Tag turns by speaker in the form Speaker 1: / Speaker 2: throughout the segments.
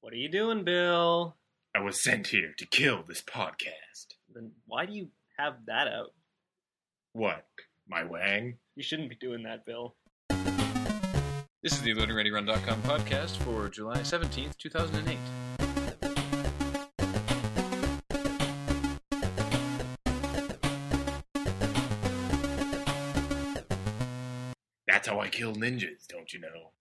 Speaker 1: What are you doing, Bill?
Speaker 2: I was sent here to kill this podcast.
Speaker 1: Then why do you have that out?
Speaker 2: What? My wang?
Speaker 1: You shouldn't be doing that, Bill.
Speaker 3: This is the LoadingReadyRun.com podcast for July 17th, 2008.
Speaker 2: That's how I kill ninjas, don't you know?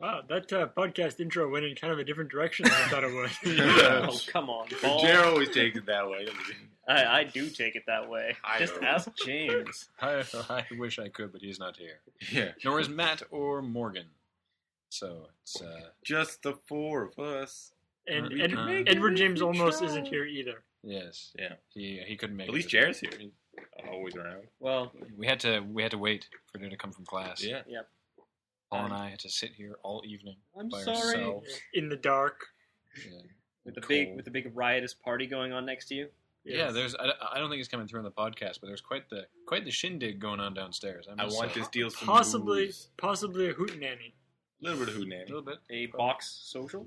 Speaker 4: Wow, that uh, podcast intro went in kind of a different direction than I thought it would.
Speaker 2: Yeah.
Speaker 1: Oh, come on, Paul.
Speaker 2: always takes it that way. doesn't he?
Speaker 1: I, I do take it that way.
Speaker 2: I
Speaker 1: Just
Speaker 2: know.
Speaker 1: ask James.
Speaker 3: I, I wish I could, but he's not here.
Speaker 2: Yeah.
Speaker 3: Nor is Matt or Morgan. So it's uh,
Speaker 2: Just the four of us.
Speaker 4: And
Speaker 3: We
Speaker 4: Ed-
Speaker 3: can make
Speaker 4: Edward James almost isn't here either.
Speaker 3: yes,
Speaker 2: Yeah.
Speaker 3: He he couldn't make.
Speaker 2: At
Speaker 3: it
Speaker 2: least
Speaker 3: this-
Speaker 2: Jared's here. He's always around.
Speaker 1: Well,
Speaker 3: We had to we had to wait for her to come from class.
Speaker 2: Yeah.
Speaker 3: Paul and I had to sit here all evening.
Speaker 1: I'm
Speaker 3: By
Speaker 1: sorry.
Speaker 3: ourselves.
Speaker 4: In the dark.
Speaker 3: Yeah.
Speaker 1: With the
Speaker 3: And
Speaker 1: big
Speaker 3: cold.
Speaker 1: with the big riotous party going on next to you.
Speaker 3: Yeah, there's. I, I don't think it's coming through in the podcast, but there's quite the quite the shindig going on downstairs. I,
Speaker 2: I
Speaker 3: must
Speaker 2: want
Speaker 3: say.
Speaker 2: to steal some
Speaker 4: possibly,
Speaker 2: booze.
Speaker 4: possibly a hootenanny.
Speaker 2: A little bit of
Speaker 3: a little
Speaker 2: hootenanny.
Speaker 3: bit.
Speaker 1: A box social.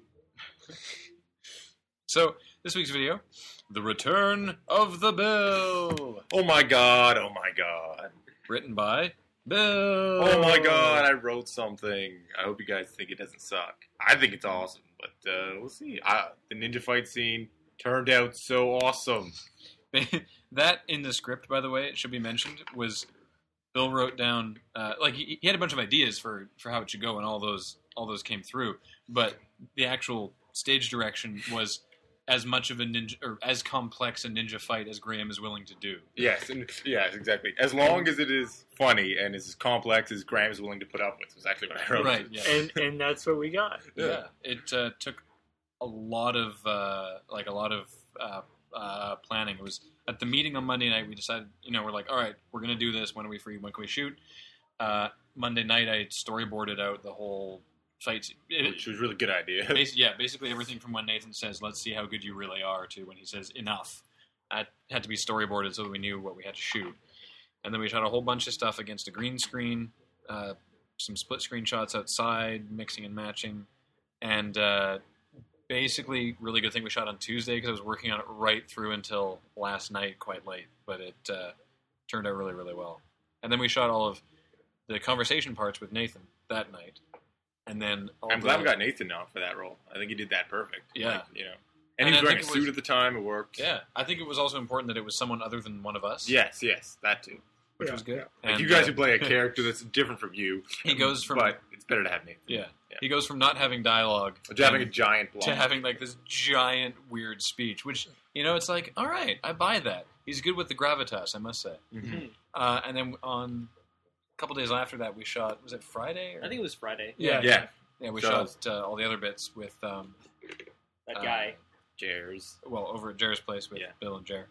Speaker 3: So this week's video, the return of the bill,
Speaker 2: Oh my god, oh my god.
Speaker 3: written by Bill.
Speaker 2: Oh my god, I wrote something. I hope you guys think it doesn't suck. I think it's awesome, but uh, we'll see. I, the ninja fight scene turned out so awesome.
Speaker 3: that in the script, by the way, it should be mentioned was Bill wrote down uh, like he, he had a bunch of ideas for for how it should go, and all those all those came through. But the actual stage direction was as much of a ninja or as complex a ninja fight as Graham is willing to do.
Speaker 2: Yes, and yes, exactly. As long as it is funny and is as complex as Graham is willing to put up with, was actually what I wrote.
Speaker 3: Right. Yeah.
Speaker 4: And and that's what we got.
Speaker 3: yeah. It uh, took a lot of uh, like a lot of uh, uh, planning. It was at the meeting on Monday night. We decided, you know, we're like, all right, we're gonna do this. When are we free? When can we shoot? Uh, Monday night, I storyboarded out the whole fight. It,
Speaker 2: which was a really good idea.
Speaker 3: basi- yeah, basically everything from when Nathan says, "Let's see how good you really are," to when he says, "Enough." I had to be storyboarded so that we knew what we had to shoot, and then we shot a whole bunch of stuff against a green screen, uh, some split screen shots outside, mixing and matching, and uh, basically, really good thing we shot on Tuesday because I was working on it right through until last night, quite late. But it uh, turned out really, really well. And then we shot all of the conversation parts with Nathan that night, and then all
Speaker 2: I'm glad
Speaker 3: the-
Speaker 2: we got Nathan on for that role. I think he did that perfect.
Speaker 3: Yeah.
Speaker 2: Like, you know, and,
Speaker 3: And
Speaker 2: he was
Speaker 3: I
Speaker 2: wearing a
Speaker 3: think it
Speaker 2: suit
Speaker 3: was-
Speaker 2: at the time. It worked.
Speaker 3: Yeah, I think it was also important that it was someone other than one of us.
Speaker 2: Yes, yes, that too.
Speaker 3: which
Speaker 4: Yeah,
Speaker 3: was good.
Speaker 2: Like
Speaker 3: And,
Speaker 2: you guys
Speaker 3: uh,
Speaker 2: who play a character that's different from you.
Speaker 3: he goes from
Speaker 2: but it's better to have Nathan.
Speaker 3: yeah,
Speaker 2: Yeah.
Speaker 3: he goes from not having dialogue
Speaker 2: To having a
Speaker 3: and-
Speaker 2: giant block.
Speaker 3: to having like this giant weird speech. Which you know, it's like, all right, I buy that. He's good with the gravitas, I must say.
Speaker 2: Mhm.
Speaker 3: Uh, and then on a couple days after that, we shot. Was it Friday? Or?
Speaker 1: I think it was Friday.
Speaker 3: Yeah, yeah,
Speaker 2: Yeah,
Speaker 3: we
Speaker 2: Does.
Speaker 3: shot uh, all the other bits with um,
Speaker 1: That
Speaker 3: uh,
Speaker 1: guy.
Speaker 2: Jares.
Speaker 3: well, over at Jared's place with
Speaker 2: Yeah.
Speaker 3: Bill and Jer.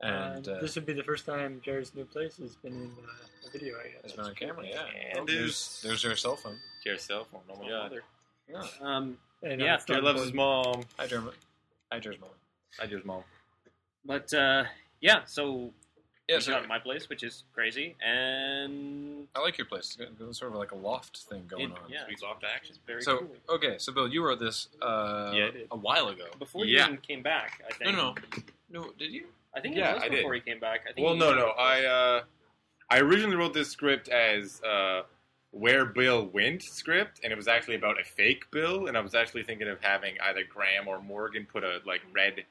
Speaker 3: And
Speaker 4: Um,
Speaker 3: uh,
Speaker 4: this would be the first time Jared's new place has been in uh, a video, I guess.
Speaker 3: has been on camera. Yeah,
Speaker 2: And
Speaker 3: there's
Speaker 2: there's-
Speaker 3: there's her cell phone.
Speaker 2: Jares' cell phone. Oh my god.
Speaker 3: Uh, Yeah.
Speaker 1: Um,
Speaker 4: And, uh,
Speaker 1: Yeah,
Speaker 4: it's
Speaker 2: Jared
Speaker 4: not
Speaker 2: loves his
Speaker 4: important.
Speaker 2: mom.
Speaker 3: Hi, Jeremy. Hi, Jeremy.
Speaker 2: I do his mom.
Speaker 1: but uh, yeah, so
Speaker 3: Yeah,
Speaker 1: we shot
Speaker 3: so
Speaker 1: at my place, which is crazy, and
Speaker 3: I like your place. It's got- It's sort of like a loft thing going
Speaker 1: It-
Speaker 3: on.
Speaker 1: yeah.
Speaker 2: Sweet soft action.
Speaker 1: it's very
Speaker 3: So
Speaker 1: cool.
Speaker 3: okay, so Bill, you wrote this uh,
Speaker 2: Yeah, I did.
Speaker 3: a while ago.
Speaker 1: Before you
Speaker 2: yeah.
Speaker 1: even came back, I
Speaker 3: No,
Speaker 1: think.
Speaker 3: no, no. Did you?
Speaker 1: I think
Speaker 2: Yeah,
Speaker 1: it was
Speaker 2: I did.
Speaker 1: before he came back. I think
Speaker 2: Well,
Speaker 1: he-
Speaker 2: no, no. I uh, I originally wrote this script as uh, where Bill went script, and it was actually about a fake Bill, and I was actually thinking of having either Graham or Morgan put a like red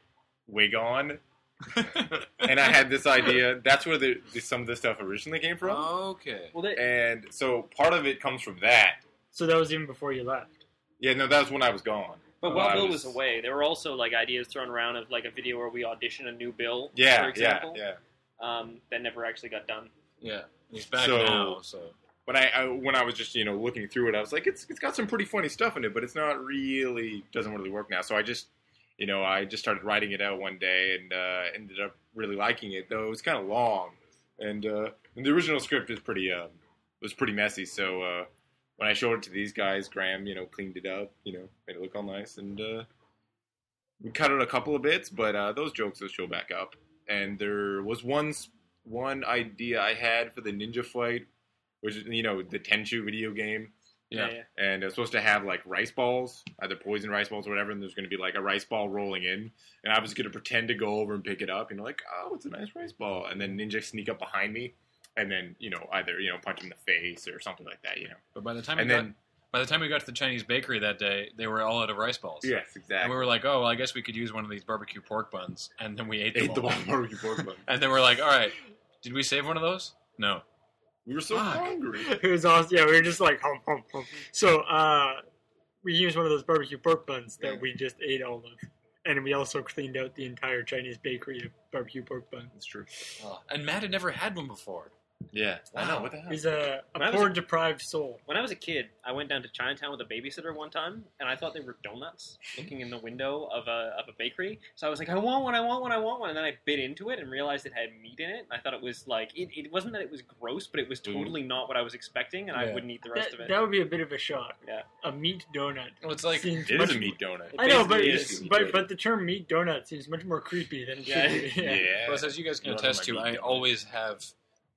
Speaker 2: wig on, and I had this idea. That's where the, the, some of this stuff originally came
Speaker 1: Oh.
Speaker 2: from,
Speaker 3: okay.
Speaker 1: Well, they,
Speaker 2: and so part of it comes from that.
Speaker 4: So that was even before you left.
Speaker 2: Yeah, no, that was when I was gone.
Speaker 1: But while
Speaker 2: I
Speaker 1: Bill was away, there were also like ideas thrown around of like a video where we audition a new Bill, for
Speaker 2: Yeah, yeah,
Speaker 1: example,
Speaker 2: yeah.
Speaker 1: Um, that never actually got done.
Speaker 3: Yeah, he's back
Speaker 2: So-
Speaker 3: now. So
Speaker 2: When I, I when I was just you know looking through it, I was like, it's it's got some pretty funny stuff in it, but it's not really doesn't really work now. So I just you know I just started writing it out one day and uh, ended up really liking it, though it was kind of long, and, uh, and the original script is pretty um, was pretty messy. So uh, when I showed it to these guys, Graham you know cleaned it up, you know made it look all nice, and uh, we cut out a couple of bits, but uh, those jokes will show back up. And there was one s- one idea I had for the ninja fight, which is you know the Tenchu video game
Speaker 3: Yeah.
Speaker 2: and it's supposed to have like rice balls, either poison rice balls or whatever, and there's going to be like a rice ball rolling in, and I was going to pretend to go over and pick it up, you know, like oh, it's a nice rice ball, and then ninja sneak up behind me, and then you know either you know punch him in the face or something like that, you know,
Speaker 3: But by the time we
Speaker 2: and
Speaker 3: got,
Speaker 2: then
Speaker 3: by the time we got to the Chinese bakery that day, they were all out of rice balls.
Speaker 2: yes,
Speaker 3: And we
Speaker 2: exactly,
Speaker 3: were like, oh, well, I guess we could use one of these barbecue pork buns, and then we ate them
Speaker 2: ate the
Speaker 3: all.
Speaker 2: ball barbecue pork bun.
Speaker 3: And then we're like, all right, did we save one of those? No.
Speaker 2: We were so
Speaker 3: Fuck.
Speaker 2: hungry.
Speaker 4: It was awesome. Yeah, we were just like home, home, home. So uh, we used one of those barbecue pork buns that
Speaker 2: Yeah.
Speaker 4: we just ate all of, and we also cleaned out the entire Chinese bakery of barbecue pork bun.
Speaker 2: It's true.
Speaker 3: Oh, And Matt had never had one before.
Speaker 2: Yeah, I
Speaker 3: Wow.
Speaker 2: know. What the hell?
Speaker 4: He's a,
Speaker 1: That
Speaker 4: a
Speaker 1: was-
Speaker 4: poor deprived soul.
Speaker 1: When I was a kid, I went down to Chinatown with a babysitter one time, and I thought they were donuts looking in the window of a, of a bakery. So I was like, I want one, I want one, I want one. And then I bit into it and realized it had meat in it. And I thought it was like, it, it wasn't that it was gross, but it was
Speaker 2: Mm.
Speaker 1: totally not what I was expecting, and
Speaker 3: Yeah.
Speaker 1: I wouldn't eat the rest
Speaker 4: That,
Speaker 1: of it.
Speaker 4: that would be a bit of a shock.
Speaker 1: Yeah.
Speaker 4: A meat donut.
Speaker 3: Well, it's like,
Speaker 4: Seems
Speaker 2: It is
Speaker 4: much
Speaker 2: a meat donut.
Speaker 1: It
Speaker 4: more- I know, but
Speaker 1: basically
Speaker 2: is.
Speaker 4: but but the term meat donut seems much more creepy than it
Speaker 1: Yeah.
Speaker 4: should be.
Speaker 2: Yeah.
Speaker 4: Yeah.
Speaker 3: well, as you guys can
Speaker 2: You
Speaker 3: attest
Speaker 2: wanna
Speaker 3: to,
Speaker 2: like
Speaker 3: I
Speaker 2: eat them.
Speaker 3: always have,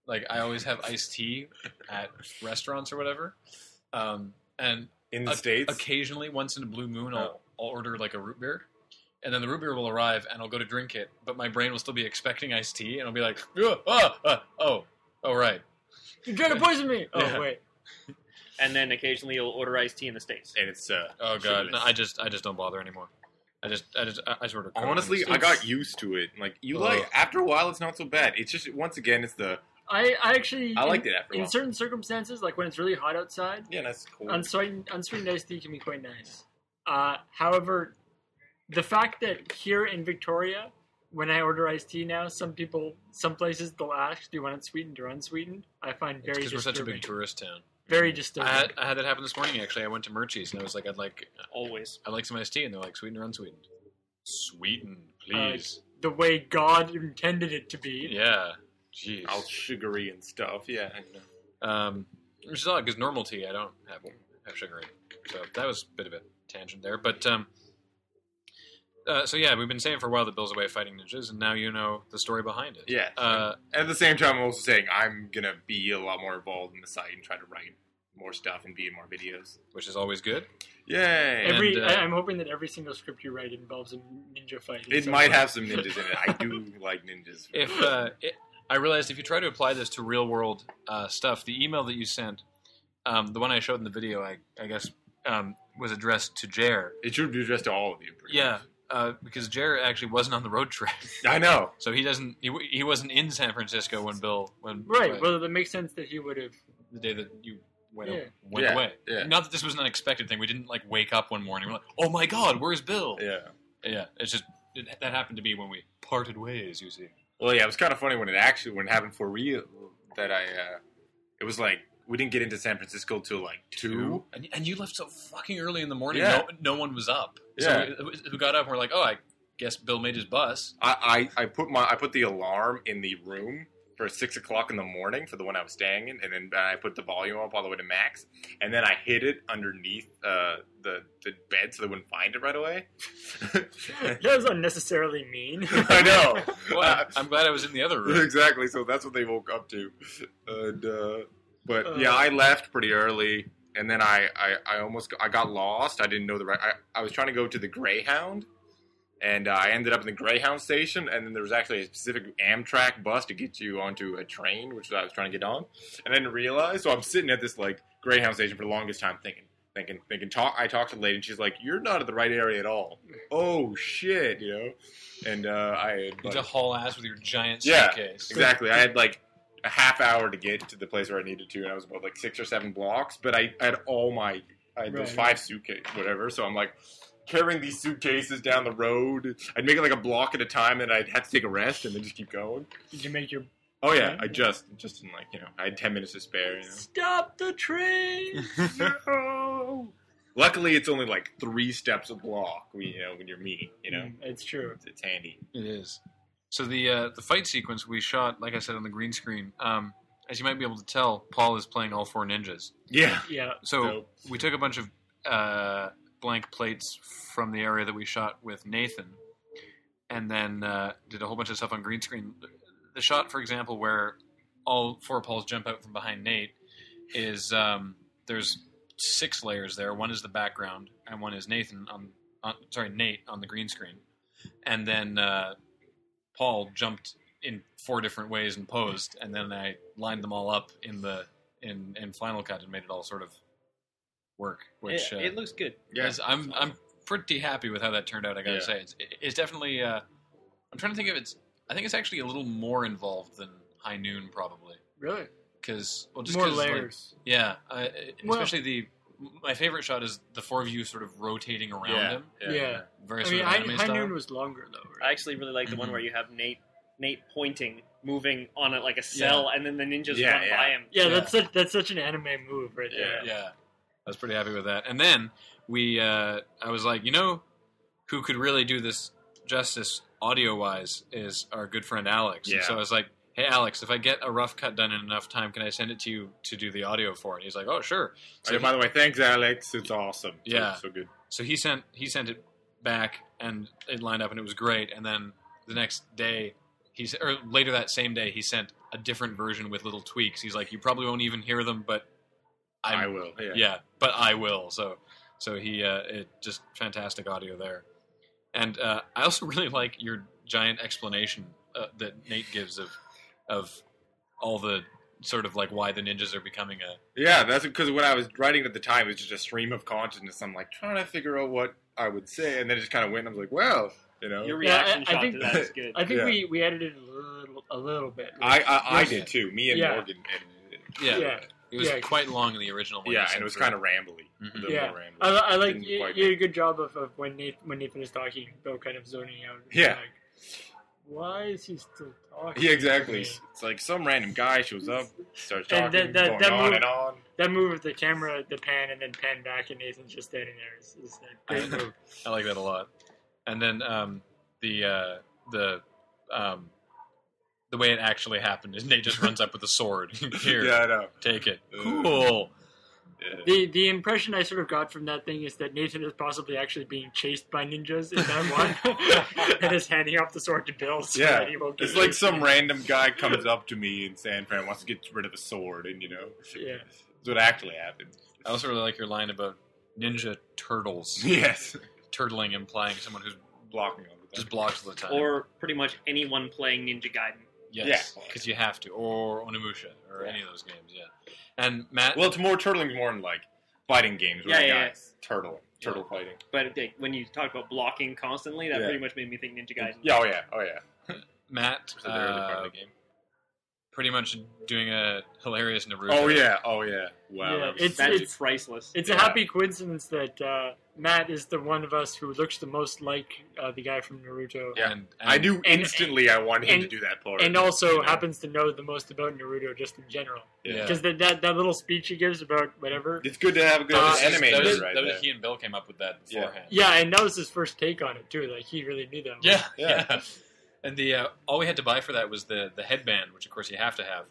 Speaker 3: like, I always have iced tea at restaurants or whatever. Um, and
Speaker 2: In the states,
Speaker 3: occasionally, once in a blue moon, I'll,
Speaker 2: Oh.
Speaker 3: I'll order like a root beer, and then the root beer will arrive, and I'll go to drink it, but my brain will still be expecting iced tea, and I'll be like, oh, oh, oh, oh, oh right.
Speaker 4: You're trying to poison me. Oh
Speaker 3: Yeah.
Speaker 4: wait.
Speaker 1: And then occasionally you'll order iced tea in the States.
Speaker 2: and it's uh,
Speaker 3: Oh god, no,
Speaker 2: Sugarless.
Speaker 3: I just, I just don't bother anymore. I just, I just, I, I sort of.
Speaker 2: Honestly, I got used to it. Like you like
Speaker 3: Ugh.
Speaker 2: after a while, it's not so bad. It's just once again, it's the
Speaker 4: I, I actually
Speaker 2: I liked it after a
Speaker 4: in
Speaker 2: while.
Speaker 4: certain circumstances, like when it's really hot outside,
Speaker 2: Yeah, that's cool.
Speaker 4: unsweetened unsweetened iced tea can be quite nice. Uh, however, the fact that here in Victoria, when I order iced tea now, some people, some places, they'll ask, "Do you want it sweetened or unsweetened?" I find very
Speaker 3: because we're such a
Speaker 4: disturbing.
Speaker 3: big tourist town.
Speaker 4: very disturbing.
Speaker 3: Mm. I had, I had that happen this morning. Actually, I went to Murchie's and I was like, I'd like,
Speaker 1: Always.
Speaker 3: I'd like some iced tea, and they're like, sweetened or unsweetened? Sweetened, please.
Speaker 4: the way God intended it to be.
Speaker 3: yeah. Jeez.
Speaker 2: all sugary and stuff. Yeah,
Speaker 3: Um, which is odd because normal tea I don't have have sugar in. So that was a bit of a tangent there. But um, uh, so yeah, we've been saying for a while that Bill's away fighting ninjas, and now you know the story behind it.
Speaker 2: yeah.
Speaker 3: Uh,
Speaker 2: At the same time, I'm also saying I'm gonna be a lot more involved in the site and try to write more stuff and be in more videos.
Speaker 3: which is always good.
Speaker 2: Yay!
Speaker 3: And,
Speaker 4: Every,
Speaker 3: uh,
Speaker 4: I, I'm hoping that every single script you write involves a ninja fight. in
Speaker 2: it
Speaker 4: some
Speaker 2: might
Speaker 4: way.
Speaker 2: have some ninjas in it. I do like ninjas.
Speaker 3: If uh, it, I realized if you try to apply this to real world uh, stuff, the email that you sent, um, the one I showed in the video, I, I guess, um, was addressed to Jer.
Speaker 2: it should be addressed to all of you. pretty
Speaker 3: Yeah, uh, because Jer actually wasn't on the road trip,
Speaker 2: much. I know.
Speaker 3: so he doesn't. He, w- he wasn't in San Francisco when Bill when
Speaker 4: Right.
Speaker 3: when-
Speaker 4: Well, that makes sense that he would have.
Speaker 3: the day that you went,
Speaker 4: Yeah.
Speaker 3: went
Speaker 2: Yeah,
Speaker 3: away.
Speaker 2: yeah.
Speaker 3: Not that this was an unexpected thing. We didn't like wake up one morning. We're like, oh my god, where's Bill? Yeah,
Speaker 2: Yeah.
Speaker 3: it's just it, that happened to be when we parted ways. You see,
Speaker 2: Well, yeah, it was kind of funny when it actually when it happened for real that I. uh It was like we didn't get into San Francisco till like two.
Speaker 3: and, and you left so fucking early in the morning.
Speaker 2: Yeah.
Speaker 3: No, no one was up.
Speaker 2: Yeah.
Speaker 3: So we, we got up and we're like, oh, I guess Bill made his bus.
Speaker 2: I, I, I put my I put the alarm in the room for six o'clock in the morning for the one I was staying in, and then I put the volume up all the way to max, and then I hid it underneath uh, the the bed so they wouldn't find it right away.
Speaker 4: That was unnecessarily mean.
Speaker 2: I know.
Speaker 3: Well, I'm, I'm glad I was in the other room.
Speaker 2: exactly. So that's what they woke up to. And, uh, but
Speaker 4: Uh.
Speaker 2: yeah, I left pretty early, and then I, I, I almost I got lost. I didn't know the right. I, I was trying to go to the Greyhound, and uh, I ended up in the Greyhound station. And then there was actually a specific Amtrak bus to get you onto a train, which I was trying to get on, and I didn't realize. So I'm sitting at this like Greyhound station for the longest time, thinking. Thinking, thinking. Talk. I talked to the lady, and she's like, "You're not at the right area at all." Oh shit, you know. And uh, I had,
Speaker 3: You
Speaker 2: like-
Speaker 3: to haul ass with your giant
Speaker 2: Yeah,
Speaker 3: suitcase.
Speaker 2: Exactly. I had like a half hour to get to the place where I needed to, and I was about like six or seven blocks. But I, I had all my, I had those
Speaker 4: Right.
Speaker 2: five suitcases, whatever. So I'm like carrying these suitcases down the road. I'd make it like a block at a time, and I'd have to take a rest and then just keep going.
Speaker 4: Did you make your
Speaker 2: Oh yeah, I just, just in like you know, I had ten minutes to spare. You
Speaker 4: stop the train?
Speaker 2: know? No. Luckily, it's only like three steps a block. We, you know, when you're me, you know,
Speaker 4: Mm, it's true.
Speaker 2: it's, it's handy.
Speaker 3: It is. So the uh, the fight sequence we shot, like I said, on the green screen. Um, as you might be able to tell, Paul is playing all four ninjas.
Speaker 2: Yeah.
Speaker 4: Yeah.
Speaker 3: So
Speaker 2: So-
Speaker 3: we took a bunch of uh, blank plates from the area that we shot with Nathan, and then uh, did a whole bunch of stuff on green screen. The shot, for example, where all four Pauls jump out from behind Nate is um, there's six layers there. One is the background, and one is Nathan on, on sorry Nate on the green screen, and then uh, Paul jumped in four different ways and posed, and then I lined them all up in the in in Final Cut and made it all sort of work. Which
Speaker 1: it,
Speaker 3: uh,
Speaker 1: it looks good.
Speaker 2: Yeah.
Speaker 3: Yes, I'm I'm pretty happy with how that turned out. I gotta
Speaker 2: Yeah.
Speaker 3: say, it's it's definitely. Uh, I'm trying to think if it's. I think it's actually a little more involved than High Noon probably
Speaker 4: Really?
Speaker 3: because well just
Speaker 4: More
Speaker 3: 'cause, like,
Speaker 4: layers.
Speaker 3: yeah, I,
Speaker 4: Well-
Speaker 3: especially the. My favorite shot is the four of you sort of rotating around him.
Speaker 4: yeah.
Speaker 3: Very
Speaker 4: I
Speaker 3: sort
Speaker 4: mean,
Speaker 3: of
Speaker 4: High,
Speaker 3: anime
Speaker 4: High
Speaker 3: style.
Speaker 4: Noon was longer though.
Speaker 1: I
Speaker 4: Right?
Speaker 1: actually really like the one
Speaker 3: Mhm.
Speaker 1: where you have Nate Nate pointing, moving on a, like a cell, and then the ninjas
Speaker 2: Yeah,
Speaker 1: run
Speaker 2: yeah.
Speaker 1: by him.
Speaker 4: yeah,
Speaker 3: Yeah.
Speaker 4: that's such, that's such an anime move right there.
Speaker 3: yeah, I was pretty happy with that. And then we, uh, I was like, you know, who could really do this justice audio wise is our good friend Alex. And
Speaker 2: Yeah.
Speaker 3: so I was like, hey Alex, if I get a rough cut done in enough time, can I send it to you to do the audio for? it? And he's like, oh sure. So,
Speaker 2: Hey, by the way, thanks, Alex. It's awesome. So-
Speaker 3: Yeah.
Speaker 2: So, good.
Speaker 3: so he sent he sent it back, and it lined up, and it was great. And then the next day. He's, or later that same day, he sent a different version with little tweaks. He's like, "You probably won't even hear them, but
Speaker 2: i
Speaker 3: I'm,
Speaker 2: will. Yeah.
Speaker 3: yeah but i will so so he uh it just fantastic audio there and uh i also really like your giant explanation uh, that nate gives of of all the sort of like why the ninjas are becoming a
Speaker 2: Yeah, that's because what I was writing at the time was just a stream of consciousness. I'm like trying to figure out what I would say, and then it just kind of went. and I was like, well, you know,
Speaker 1: Your
Speaker 4: Yeah, I-
Speaker 1: reaction
Speaker 4: I
Speaker 1: shot
Speaker 4: think-
Speaker 1: to that is good.
Speaker 4: I think
Speaker 2: Yeah.
Speaker 4: we, we edited a little, a little bit.
Speaker 2: I I, I
Speaker 4: Yes.
Speaker 2: did too. Me and
Speaker 4: Yeah.
Speaker 2: Morgan. And,
Speaker 3: yeah,
Speaker 4: Yeah.
Speaker 3: it was
Speaker 4: Yeah.
Speaker 3: quite long in the original one
Speaker 2: yeah,
Speaker 3: you
Speaker 2: and it was
Speaker 3: sent
Speaker 2: kind of rambly.
Speaker 3: Mhm.
Speaker 2: A little
Speaker 4: Yeah.
Speaker 2: more rambly.
Speaker 4: I, li- I like
Speaker 2: Didn't
Speaker 4: you,
Speaker 2: quite
Speaker 4: you did a
Speaker 2: make-
Speaker 4: good job of, of when Nathan when Nathan is talking, Bill kind of zoning out. and
Speaker 2: Yeah.
Speaker 4: like, Why is he still talking?
Speaker 2: Yeah, exactly.
Speaker 4: to me?"
Speaker 2: It's like some random guy shows up, starts
Speaker 4: And
Speaker 2: talking,
Speaker 4: that- that-
Speaker 2: going
Speaker 4: that
Speaker 2: on
Speaker 4: movie-
Speaker 2: and on.
Speaker 4: That move of the camera, the pan, and then pan back, and Nathan's just standing there is, is a great move.
Speaker 3: through. i like that a lot and then um the uh the um the way it actually happened is nate just runs up with a sword here
Speaker 2: Yeah, I know.
Speaker 3: take it
Speaker 2: Ugh.
Speaker 3: cool
Speaker 2: Yeah.
Speaker 4: The the impression I sort of got from that thing is that Nathan is possibly actually being chased by ninjas in that one, and is handing off the sword to Bill so
Speaker 2: Yeah.
Speaker 4: that he won't. get
Speaker 2: It's like
Speaker 4: chased.
Speaker 2: some random guy comes up to me in San Fran wants to get rid of a sword, and you know,
Speaker 4: Yeah.
Speaker 2: that's what actually happened.
Speaker 3: I also really like your line about ninja turtles.
Speaker 2: Yes,
Speaker 3: Turtling implying someone who
Speaker 2: blocking all the time.
Speaker 3: just blocks all the time.
Speaker 1: or pretty much anyone playing Ninja Gaiden.
Speaker 3: yes,
Speaker 2: Yeah.
Speaker 3: because you have to. Or Onimusha, or
Speaker 2: Yeah.
Speaker 3: any of those games. Yeah. And Matt,
Speaker 2: Well, it's more turtling, more than like fighting games. Where
Speaker 1: Yeah,
Speaker 2: the
Speaker 1: yeah,
Speaker 2: guys turtling, turtle fighting.
Speaker 1: But like, when you talk about blocking constantly, that
Speaker 2: Yeah.
Speaker 1: pretty much made me think Ninja Gaiden.
Speaker 2: Yeah, oh yeah, oh yeah.
Speaker 3: Matt,
Speaker 2: So they're really part
Speaker 3: uh,
Speaker 2: of the game.
Speaker 3: pretty much doing a hilarious Naruto.
Speaker 2: Oh yeah, oh yeah. Wow,
Speaker 4: Yeah,
Speaker 2: that was
Speaker 4: it's-
Speaker 1: That's
Speaker 2: magic.
Speaker 4: it's-
Speaker 1: priceless.
Speaker 4: It's a
Speaker 2: Yeah.
Speaker 4: happy coincidence that uh, Matt is the one of us who looks the most like uh, the guy from Naruto,
Speaker 2: Yeah.
Speaker 3: And,
Speaker 2: I
Speaker 3: and-
Speaker 2: knew
Speaker 4: and-
Speaker 2: instantly I wanted him
Speaker 4: and-
Speaker 2: to do that part.
Speaker 4: and also
Speaker 2: Yeah.
Speaker 4: happens to know the most about Naruto just in general.
Speaker 3: Yeah.
Speaker 4: Because that, that that little speech he gives about whatever,
Speaker 2: It's good to have a good
Speaker 3: That
Speaker 4: Uh,
Speaker 3: was-
Speaker 2: animated
Speaker 3: that was-
Speaker 2: right
Speaker 3: that was-
Speaker 2: there.
Speaker 3: he and Bill came up with that
Speaker 2: Yeah.
Speaker 3: beforehand.
Speaker 4: yeah, and that was his first take on it too. Like he really knew that. one.
Speaker 3: Yeah,
Speaker 2: Yeah.
Speaker 3: yeah. And the uh, all we had to buy for that was the the headband, which of course you have to have.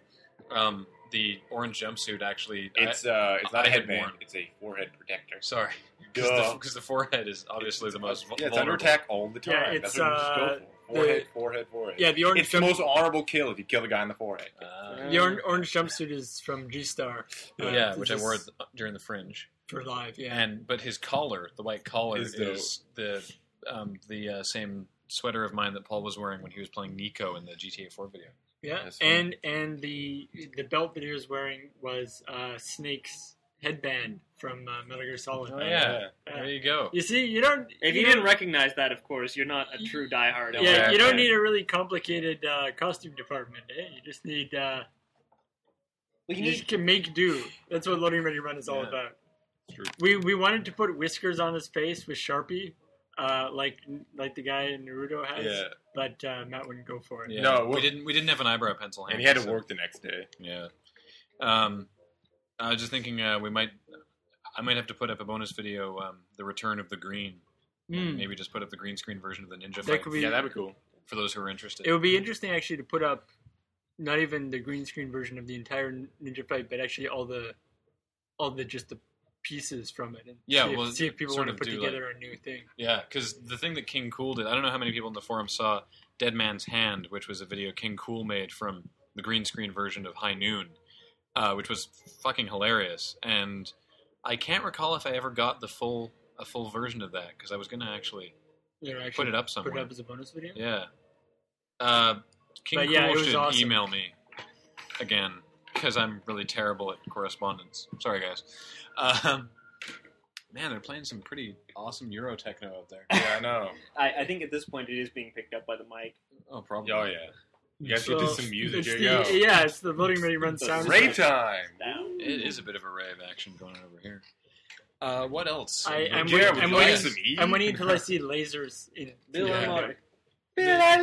Speaker 3: Um, the orange jumpsuit actually. I-
Speaker 2: It's uh, it's
Speaker 3: I
Speaker 2: not a
Speaker 3: had
Speaker 2: headband.
Speaker 3: worn.
Speaker 2: It's a forehead protector.
Speaker 3: sorry, because
Speaker 2: Duh.
Speaker 3: the, 'cause the forehead is obviously the most.
Speaker 2: yeah, it's
Speaker 3: vulnerable.
Speaker 2: under attack all the time.
Speaker 4: Yeah, it's,
Speaker 2: That's what you
Speaker 4: uh,
Speaker 2: just go for. Forehead, forehead, forehead.
Speaker 4: yeah. The orange
Speaker 2: it's the
Speaker 4: jump,
Speaker 2: most honorable kill if you kill the guy in the forehead.
Speaker 3: Uh,
Speaker 4: the orange, orange jumpsuit is from G Star.
Speaker 2: Uh,
Speaker 3: yeah, which I wore th- during the fringe.
Speaker 4: for live. Yeah,
Speaker 3: And but his collar, the white collar,
Speaker 2: Is
Speaker 3: is,
Speaker 2: the-
Speaker 3: the um, the uh, same sweater of mine that Paul was wearing when he was playing Nico in the GTA 4 video.
Speaker 4: yeah.
Speaker 2: That's
Speaker 4: And and the the belt that he was wearing was uh, Snake's headband from uh, Metal Gear Solid.
Speaker 3: Oh, yeah. There you go.
Speaker 4: You see, you don't.
Speaker 1: If you
Speaker 4: don't-
Speaker 1: didn't recognize that, of course, you're not a true diehard.
Speaker 4: Yeah,
Speaker 1: Elmer
Speaker 2: Yeah,
Speaker 4: you don't
Speaker 2: yeah.
Speaker 4: need a really complicated uh, costume department. Eh? You just need uh,
Speaker 1: We
Speaker 4: you
Speaker 1: can
Speaker 4: just
Speaker 1: just
Speaker 4: can make do. That's what loading ready run is all
Speaker 3: Yeah.
Speaker 4: about.
Speaker 2: True.
Speaker 4: We we wanted to put whiskers on his face with Sharpie, uh, like like the guy in Naruto has,
Speaker 2: Yeah.
Speaker 4: but uh, Matt wouldn't go for it.
Speaker 3: Yeah.
Speaker 2: No,
Speaker 3: we
Speaker 2: well-
Speaker 3: didn't. We didn't have an eyebrow pencil.
Speaker 2: And
Speaker 3: handy,
Speaker 2: he had to
Speaker 3: so-
Speaker 2: work the next day.
Speaker 3: Yeah. Um, I was just thinking uh, we might. I might have to put up a bonus video, um, the return of the green.
Speaker 4: Mm.
Speaker 3: Maybe just put up the green screen version of the ninja
Speaker 4: That
Speaker 3: fight
Speaker 4: could be-
Speaker 2: Yeah, that'd Hmm. be cool.
Speaker 3: for those who are interested.
Speaker 4: It would be interesting actually to put up not even the green screen version of the entire Ninja Fight, but actually all the all the just the pieces from it. And
Speaker 3: Yeah,
Speaker 4: see if,
Speaker 3: well,
Speaker 4: see if people
Speaker 3: sort
Speaker 4: want to
Speaker 3: of
Speaker 4: put
Speaker 3: do,
Speaker 4: together a new thing.
Speaker 3: Yeah, because the thing that King Cool did, I don't know how many people in the forum saw Dead Man's Hand, which was a video King Cool made from the green screen version of High Noon, uh, which was fucking hilarious. And I can't recall if I ever got the full a full version of that because I was gonna actually
Speaker 4: You're actually
Speaker 3: put it up
Speaker 4: put
Speaker 3: somewhere.
Speaker 4: it up as a bonus video.
Speaker 3: Yeah. Uh, King
Speaker 4: But yeah, it
Speaker 3: Cool
Speaker 4: was
Speaker 3: should
Speaker 4: awesome.
Speaker 3: email me again because I'm really terrible at correspondence. Sorry, guys. Um, man, they're playing some pretty awesome Euro techno out there.
Speaker 2: Yeah, I know.
Speaker 1: I, I think at this point it is being picked up by the mic.
Speaker 3: Oh, probably.
Speaker 2: Oh yeah. You guys
Speaker 4: So,
Speaker 2: get to some music.
Speaker 4: It's
Speaker 2: Here
Speaker 4: the,
Speaker 2: you go.
Speaker 4: yeah, it's the Loading Ready Run sound.
Speaker 2: Ray time.
Speaker 1: Down.
Speaker 3: It is a bit of a ray of action going on over here. Uh, what else?
Speaker 4: I- I'm
Speaker 2: Yeah,
Speaker 4: waiting-
Speaker 2: would
Speaker 4: I'm
Speaker 2: you like
Speaker 4: waiting-
Speaker 2: some E?
Speaker 4: I'm waiting until I see lasers in
Speaker 1: Bill
Speaker 3: Yeah.
Speaker 1: and Mark.
Speaker 2: Bill, I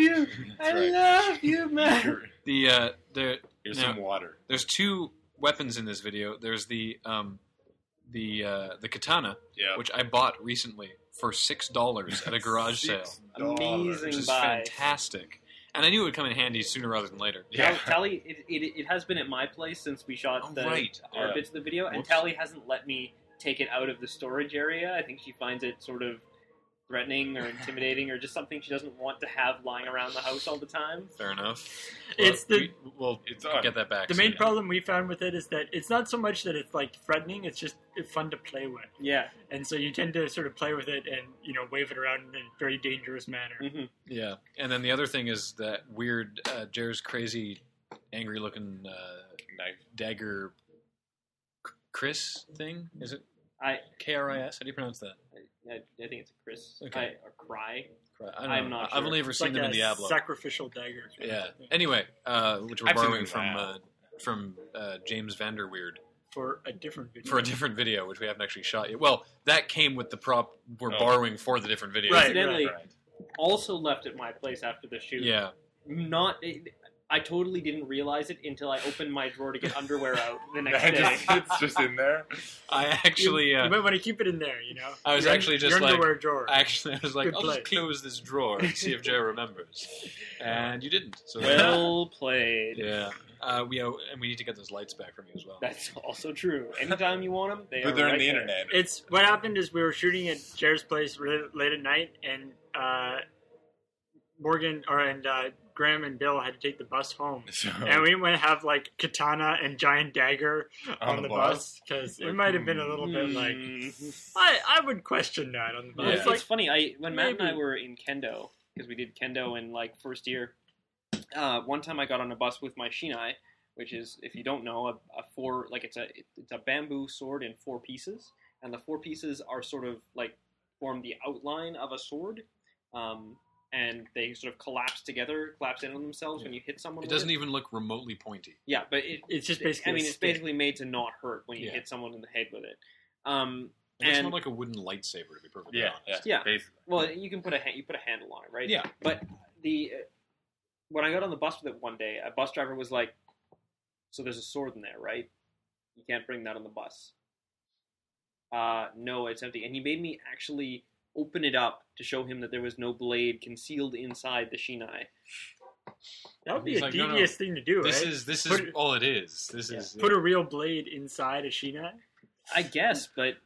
Speaker 2: you.
Speaker 3: That's right.
Speaker 2: love you, man.
Speaker 3: the uh, there
Speaker 2: Here's
Speaker 3: No.
Speaker 2: some water.
Speaker 3: there's two weapons in this video. There's the um, the uh, the katana,
Speaker 2: Yeah.
Speaker 3: which I bought recently for six dollars at a garage sale. which
Speaker 1: Amazing.
Speaker 3: is
Speaker 1: Buy.
Speaker 3: fantastic. And I knew it would come in handy sooner rather than later.
Speaker 2: Yeah.
Speaker 1: Tally, it, it, it has been at my place since we shot
Speaker 3: Oh,
Speaker 1: the,
Speaker 3: right.
Speaker 1: our
Speaker 2: Yeah.
Speaker 1: bits of the video, and
Speaker 3: Whoops.
Speaker 1: Tally hasn't let me take it out of the storage area. I think she finds it sort of threatening or intimidating or just something she doesn't want to have lying around the house all the time.
Speaker 3: Fair enough.
Speaker 4: It's the-
Speaker 3: we, we'll
Speaker 2: It's on.
Speaker 3: get that back.
Speaker 4: The
Speaker 3: soon.
Speaker 4: main problem we found with it is that it's not so much that it's like threatening; it's just it's fun to play with,
Speaker 1: Yeah.
Speaker 4: and so you tend to sort of play with it and you know wave it around in a very dangerous manner.
Speaker 1: hmm
Speaker 3: Yeah, and then the other thing is that weird uh, Jer's crazy, angry-looking uh,
Speaker 2: Knife.
Speaker 3: dagger, C- Chris thing. Is it
Speaker 1: I,
Speaker 3: K R I S? How do you pronounce that?
Speaker 1: I, I think it's a Chris
Speaker 3: Okay.
Speaker 1: I, or cry.
Speaker 3: Cry- I don't
Speaker 1: I'm
Speaker 3: know.
Speaker 1: not
Speaker 3: I've
Speaker 1: sure.
Speaker 3: only ever
Speaker 4: It's
Speaker 3: seen
Speaker 4: like
Speaker 3: them
Speaker 4: a
Speaker 3: in Diablo.
Speaker 4: sacrificial dagger. kind
Speaker 3: yeah.
Speaker 4: of thing.
Speaker 3: Anyway, uh, which we're
Speaker 2: I've seen them
Speaker 3: borrowing
Speaker 2: in
Speaker 3: from uh,
Speaker 2: WoW.
Speaker 3: from uh, James Vanderweird
Speaker 4: for a different video.
Speaker 3: for a different video, which we haven't actually shot yet. Well, that came with the prop we're
Speaker 2: Oh.
Speaker 3: borrowing for the different video.
Speaker 4: Right,
Speaker 1: Incidentally,
Speaker 2: right.
Speaker 1: also left at my place after the shoot.
Speaker 3: Yeah.
Speaker 1: Not. It, I totally didn't realize it until I opened my drawer to get underwear out the next
Speaker 2: That
Speaker 1: day.
Speaker 2: just- it's just in there.
Speaker 3: I actually,
Speaker 4: you,
Speaker 3: uh,
Speaker 4: you might want to keep it in there. You know,
Speaker 3: I was
Speaker 4: Your-
Speaker 3: actually just
Speaker 4: your
Speaker 3: like-
Speaker 4: underwear drawer.
Speaker 3: actually, I was like,
Speaker 4: Good
Speaker 3: I'll just
Speaker 4: play.
Speaker 3: close this drawer and see if Joe remembers, and you didn't. So
Speaker 1: Well played.
Speaker 3: yeah, uh, we uh, and we need to get those lights back from you as well.
Speaker 1: That's also true. Anytime you want them, they are
Speaker 2: But they're
Speaker 1: right
Speaker 2: on the
Speaker 1: there.
Speaker 2: internet.
Speaker 4: it's what happened is we were shooting at Jared's place re- late at night, and uh, Morgan or and uh, Graham and Bill had to take the bus home.
Speaker 2: So,
Speaker 3: Oh.
Speaker 4: And we went to have like katana and giant dagger on, the, bus because it
Speaker 2: Like,
Speaker 4: might have been a little bit like
Speaker 1: Mm.
Speaker 4: I, I would question that on the bus.
Speaker 3: Yeah.
Speaker 1: Mm-hmm. It's,
Speaker 4: It's like
Speaker 1: funny. I when Matt and I
Speaker 4: maybe.
Speaker 1: were in kendo because we did kendo in like first year. Uh, one time I got on a bus with my shinai, which is if you don't know a, a four like it's a it's a bamboo sword in four pieces, and the four pieces are sort of like form the outline of a sword. Um, and they sort of collapse together, collapse in on themselves when you hit someone.
Speaker 3: It
Speaker 1: with
Speaker 3: doesn't e- even look remotely pointy.
Speaker 1: Yeah, but it,
Speaker 4: it's just basically.
Speaker 1: I mean,
Speaker 4: a
Speaker 1: it's
Speaker 4: stick.
Speaker 1: basically made to not hurt when you
Speaker 3: Yeah.
Speaker 1: hit someone in the head with it. Um,
Speaker 3: It looks
Speaker 1: And-
Speaker 3: more like a wooden lightsaber, to be perfectly
Speaker 2: Yeah, yeah,
Speaker 3: honest.
Speaker 1: Yeah.
Speaker 2: Basically.
Speaker 1: well, you can put a ha- you put a handle on it, right?
Speaker 3: Yeah.
Speaker 1: But the uh, when I got on the bus with it one day, a bus driver was like, "So there's a sword in there, right? You can't bring that on the bus." Uh, no, it's empty. And he made me actually open it up to show him that there was no blade concealed inside the shinai.
Speaker 4: that would be
Speaker 3: He's
Speaker 4: a
Speaker 3: like, no, no,
Speaker 4: devious thing to do,
Speaker 3: This
Speaker 4: right?
Speaker 3: is this is
Speaker 4: Put it-
Speaker 3: all it is. This
Speaker 1: Yeah.
Speaker 3: is
Speaker 4: Put a real blade inside a sheena.
Speaker 1: I guess, but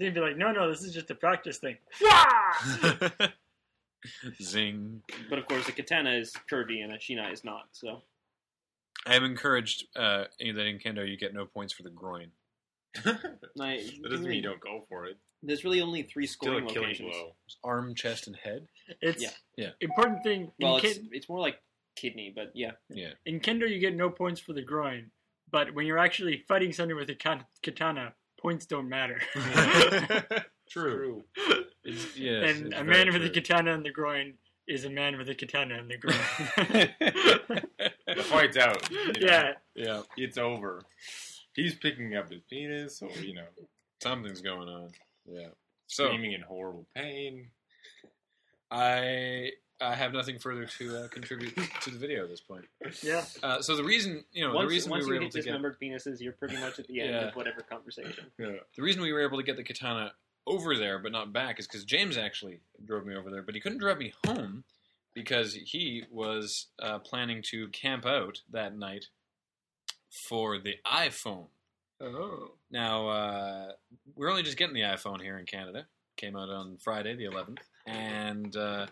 Speaker 4: They'd be like, no, no, this is just a practice thing.
Speaker 3: zing.
Speaker 1: but of course, a katana is curvy and a shinai is not. So
Speaker 3: I am encouraged uh, that in kendo you get no points for the groin.
Speaker 2: that
Speaker 1: I,
Speaker 2: doesn't mean you don't go for it.
Speaker 1: There's really only three
Speaker 2: Still a
Speaker 1: scoring
Speaker 2: killing
Speaker 1: locations.
Speaker 2: blow.
Speaker 3: It's arm, chest, and head.
Speaker 4: It's
Speaker 1: Yeah.
Speaker 3: Yeah.
Speaker 4: important thing. In,
Speaker 1: Well, it's,
Speaker 4: kin-
Speaker 1: it's more like kidney, but yeah.
Speaker 3: Yeah.
Speaker 4: in kendo, you get no points for the groin, but when you're actually fighting somebody with a kat- katana, points don't matter.
Speaker 3: True. It's, yes,
Speaker 4: and
Speaker 3: it's very
Speaker 4: a man with a
Speaker 3: true.
Speaker 4: katana in the groin is a man with a katana in the groin.
Speaker 2: The fight's out. you know.
Speaker 4: yeah,
Speaker 3: yeah,
Speaker 2: It's over. He's picking up his penis, or you know,
Speaker 3: something's going on. Yeah. So
Speaker 2: screaming in horrible pain.
Speaker 3: I I have nothing further to uh, contribute to the video at this point.
Speaker 4: yeah.
Speaker 3: Uh, so the reason you know
Speaker 1: once
Speaker 3: the reason we
Speaker 1: once
Speaker 3: were
Speaker 1: you
Speaker 3: able
Speaker 1: hit
Speaker 3: to get
Speaker 1: dismembered penises, you're pretty much at the end
Speaker 3: Yeah.
Speaker 1: of whatever conversation.
Speaker 2: Yeah.
Speaker 3: the reason we were able to get the katana over there but not back is because James actually drove me over there, but he couldn't drive me home because he was uh, planning to camp out that night for the iPhone.
Speaker 4: Oh,
Speaker 3: Now, uh, we're only just getting the iPhone here in Canada. Came out on Friday, the 11th. And uh,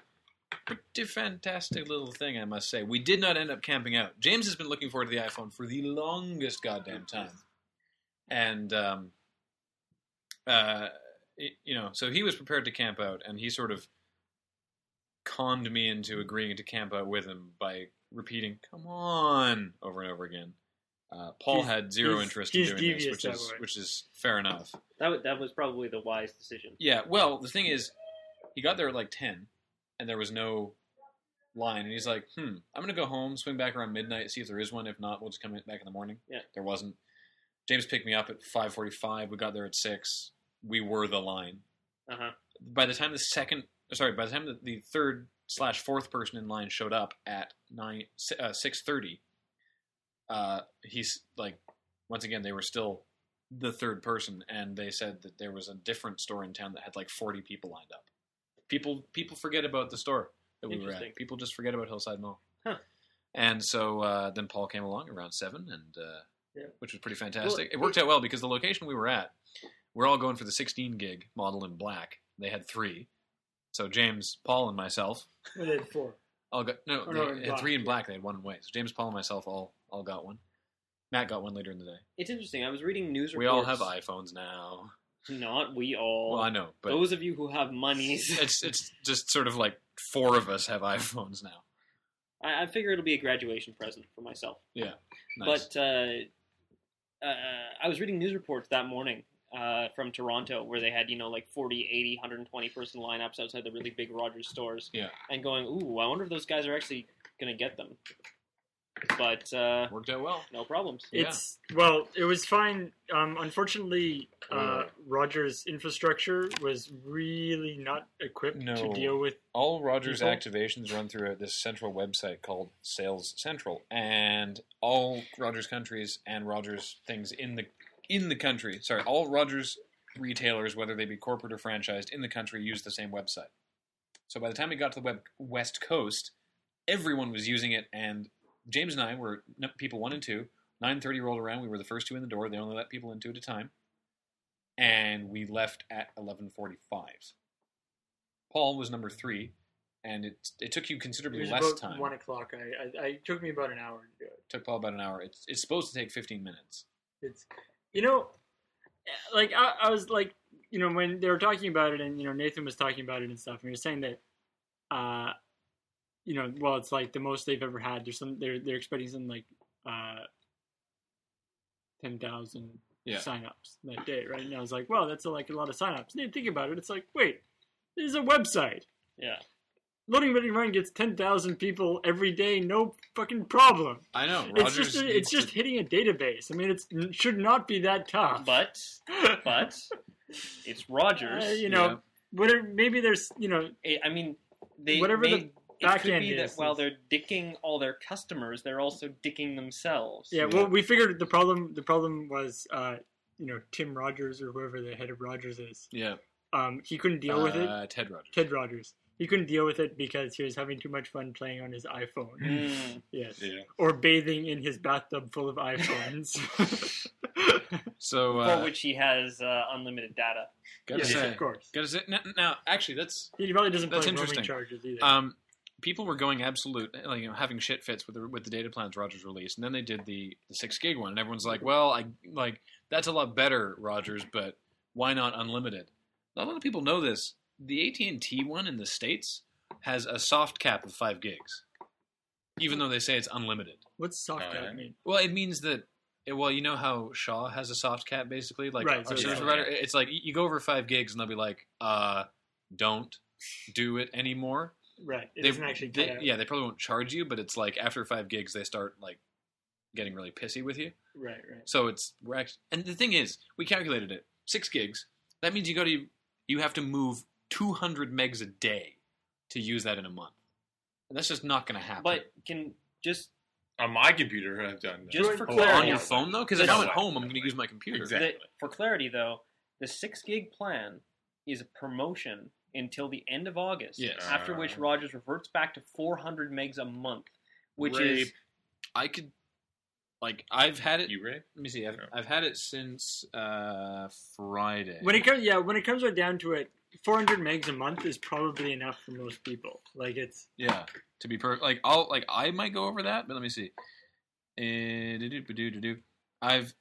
Speaker 3: pretty fantastic little thing, I must say. We did not end up camping out. James has been looking forward to the iPhone for the longest goddamn time. And um, uh, it, you know, so he was prepared to camp out, and he sort of conned me into agreeing to camp out with him by repeating "Come on" over and over again. Uh, Paul
Speaker 4: He's-
Speaker 3: had zero
Speaker 4: he's-
Speaker 3: interest
Speaker 4: he's
Speaker 3: in doing this,
Speaker 4: devious
Speaker 3: which
Speaker 4: that
Speaker 3: is
Speaker 4: way.
Speaker 3: which is fair enough.
Speaker 1: That wa- that was probably the wise decision.
Speaker 3: Yeah. Well, the thing is, he got there at like ten, and there was no line, and he's like, "Hmm, I'm gonna go home, swing back around midnight, see if there is one. If not, we'll just come in, back in the morning."
Speaker 1: Yeah.
Speaker 3: There wasn't. James picked me up at five forty-five. We got there at six. We were the line.
Speaker 1: Uh huh.
Speaker 3: By the time the second, sorry, by the time the, the third slash fourth person in line showed up at nine si- uh, six thirty, uh, he's like, once again, they were still the third person, and they said that there was a different store in town that had like forty people lined up. People people forget about the store that we were
Speaker 1: Interesting.
Speaker 3: at. People just forget about Hillside Mall.
Speaker 1: Huh.
Speaker 3: And so uh, then Paul came along around seven, and uh,
Speaker 1: Yeah.
Speaker 3: which was pretty fantastic. it worked out well because the location we were at, we're all going for the sixteen gig model in black. They had three, so James, Paul, and myself
Speaker 4: What did four?
Speaker 3: all got no.
Speaker 4: Oh,
Speaker 3: they
Speaker 4: no, in
Speaker 3: had
Speaker 4: black,
Speaker 3: three in black. They had one in white. So James, Paul, and myself all all got one. Matt got one later in the day.
Speaker 1: It's interesting. I was reading news reports.
Speaker 3: We all have iPhones now.
Speaker 1: Not we all.
Speaker 3: Well, I know, but
Speaker 1: Those of you who have monies,
Speaker 3: it's it's just sort of like four of us have iPhones now.
Speaker 1: I, I figure it'll be a graduation present for myself.
Speaker 3: Nice.
Speaker 1: But uh, uh, I was reading news reports that morning uh, from Toronto where they had, you know, like 40, 80, 120 person lineups outside the really big Rogers stores.
Speaker 3: Yeah.
Speaker 1: And going, ooh, I wonder if those guys are actually going to get them. But uh,
Speaker 3: worked out well.
Speaker 1: no problems.
Speaker 3: Yeah.
Speaker 4: It's well, it was fine. Um, unfortunately, uh,
Speaker 2: Wow.
Speaker 4: Rogers' infrastructure was really not equipped
Speaker 3: No.
Speaker 4: to deal with.
Speaker 3: All Rogers
Speaker 4: People?
Speaker 3: activations run through this central website called Sales Central, and all Rogers countries and Rogers things in the in the country. Sorry, all Rogers retailers, whether they be corporate or franchised in the country, use the same website. So by the time we got to the web, West Coast, everyone was using it, and James and I were n- people one and two. Nine thirty rolled around. We were the first two in the door. They only let people in two at a time, and we left at eleven forty-five. Paul was number three, and it it took you
Speaker 4: It
Speaker 3: considerably
Speaker 4: was
Speaker 3: less
Speaker 4: about
Speaker 3: time.
Speaker 4: one o'clock. I, I, I it took me about an hour to do it.
Speaker 3: took Paul about an hour. It's it's supposed to take fifteen minutes.
Speaker 4: It's you know, like I, I was like you know when they were talking about it and you know Nathan was talking about it and stuff and he was saying that, uh, you know, well it's like the most they've ever had. There's some they're they're expecting something like uh, ten thousand
Speaker 3: Yeah.
Speaker 4: signups that day, right? And I was like, well that's a, like a lot of signups. And then think about it, it's like wait, this is a website.
Speaker 1: Yeah.
Speaker 4: Loading Ready Run gets ten thousand people every day, no fucking problem.
Speaker 3: I know.
Speaker 4: it's just it's just hitting a database. I mean, it's, it should not be that tough.
Speaker 1: But, but, it's Rogers.
Speaker 4: Uh, you know,
Speaker 3: Yeah.
Speaker 4: whatever. Maybe there's, you know,
Speaker 1: I- I mean, they
Speaker 4: whatever
Speaker 1: may-
Speaker 4: the back
Speaker 1: it could
Speaker 4: end
Speaker 1: be
Speaker 4: is.
Speaker 1: that while they're dicking all their customers, they're also dicking themselves.
Speaker 4: yeah.
Speaker 3: yeah.
Speaker 4: Well, we figured the problem. The problem was, uh, you know, Tim Rogers or whoever the head of Rogers is.
Speaker 3: yeah.
Speaker 4: Um, he couldn't deal with it.
Speaker 3: Uh, Ted Rogers.
Speaker 4: Ted Rogers. He couldn't deal with it because he was having too much fun playing on his iPhone.
Speaker 1: Mm.
Speaker 4: Yes.
Speaker 3: Yeah.
Speaker 4: Or bathing in his bathtub full of iPhones.
Speaker 3: So
Speaker 1: for
Speaker 3: uh,
Speaker 1: which he has uh, unlimited data.
Speaker 3: gotta
Speaker 4: yes,
Speaker 3: say,
Speaker 4: of course.
Speaker 3: gotta say. Now, now, actually, that's
Speaker 4: He probably doesn't play
Speaker 3: That's
Speaker 4: roaming
Speaker 3: interesting.
Speaker 4: charges either.
Speaker 3: um, people were going absolute, eh, like, you know, having shit fits with the with the data plans Rogers released, and then they did the the six gig one, and everyone's like, well, I like that's a lot better, Rogers, but why not unlimited? Not a lot of people know this. The AT and T one in the states has a soft cap of five gigs, even though they say it's unlimited.
Speaker 4: What's soft
Speaker 2: Oh,
Speaker 4: cap
Speaker 2: yeah.
Speaker 4: mean?
Speaker 3: Well, it means that. it- Well, you know how Shaw has a soft cap, basically. Like
Speaker 4: Right,
Speaker 3: our
Speaker 4: so it's
Speaker 3: service
Speaker 4: like-
Speaker 3: provider, it's like you go over five gigs, and they'll be like, uh, "Don't do it anymore."
Speaker 4: Right. It
Speaker 3: They-
Speaker 4: doesn't actually
Speaker 3: they-
Speaker 4: cut out.
Speaker 3: yeah, they probably won't charge you, but it's like after five gigs, they start like getting really pissy with you.
Speaker 4: Right. Right.
Speaker 3: So it's we're actually, and the thing is, we calculated it six gigs. That means you got to you have to move two hundred megs a day to use that in a month, and that's just not going to happen.
Speaker 1: But can just
Speaker 2: On my computer, I've done that.
Speaker 1: Just for
Speaker 2: Oh,
Speaker 1: clarity.
Speaker 3: on your phone though, because if
Speaker 2: No
Speaker 3: I'm at
Speaker 2: way.
Speaker 3: home, I'm going to use my computer.
Speaker 2: Exactly.
Speaker 1: the, for clarity though, the six gig plan is a promotion until the end of August.
Speaker 3: Yes.
Speaker 1: After which
Speaker 2: Uh.
Speaker 1: Rogers reverts back to 400 megs a month, which is
Speaker 2: Rape.
Speaker 3: I could, like, I've had it.
Speaker 2: You ready?
Speaker 3: Let me see. I've,
Speaker 2: Yeah.
Speaker 3: I've had it since uh, Friday.
Speaker 4: When it comes, yeah, when it comes right down to it, 400 megs a month is probably enough for most people. Like it's
Speaker 3: yeah, to be perfect, like I'll like I might go over that, but let me see. Eh, do-do-do-do-do-do. I've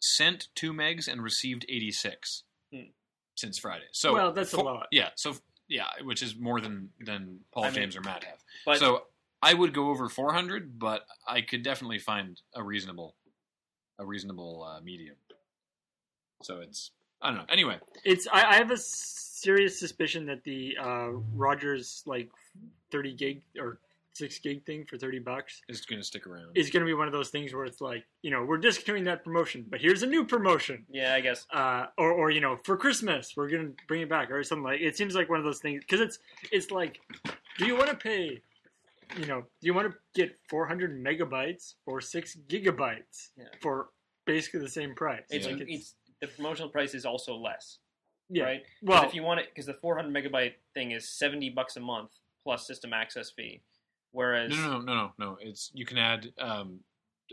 Speaker 3: sent two megs and received eighty six.
Speaker 1: Hmm.
Speaker 3: since Friday. So
Speaker 4: Well, that's a
Speaker 3: fo-
Speaker 4: lot.
Speaker 3: Yeah. So yeah, which is more than than Paul
Speaker 1: I mean,
Speaker 3: James or Matt have.
Speaker 1: But
Speaker 3: so I would go over 400, but I could definitely find a reasonable a reasonable uh, medium. So it's I don't know. Anyway,
Speaker 4: It's I, I have a serious suspicion that the uh, Rogers like thirty gig or six gig thing for thirty bucks
Speaker 3: it's going to stick around.
Speaker 4: is going to be one of those things where it's like you know we're discontinuing that promotion, but here's a new promotion.
Speaker 1: yeah, I guess
Speaker 4: Uh, or, or you know, for Christmas we're gonna bring it back, or something like. It seems like one of those things because it's it's like, do you want to pay, you know, do you want to get 400 megabytes or six gigabytes
Speaker 1: Yeah.
Speaker 4: for basically the same price?
Speaker 1: it's,
Speaker 4: Like,
Speaker 1: it's, the promotional price is also less,
Speaker 4: yeah.
Speaker 1: right? 'Cause
Speaker 4: Well,
Speaker 1: if you want it, because the 400 megabyte thing is 70 bucks a month plus system access fee, whereas
Speaker 3: No, no, no, no, no, no. It's you can add. Um,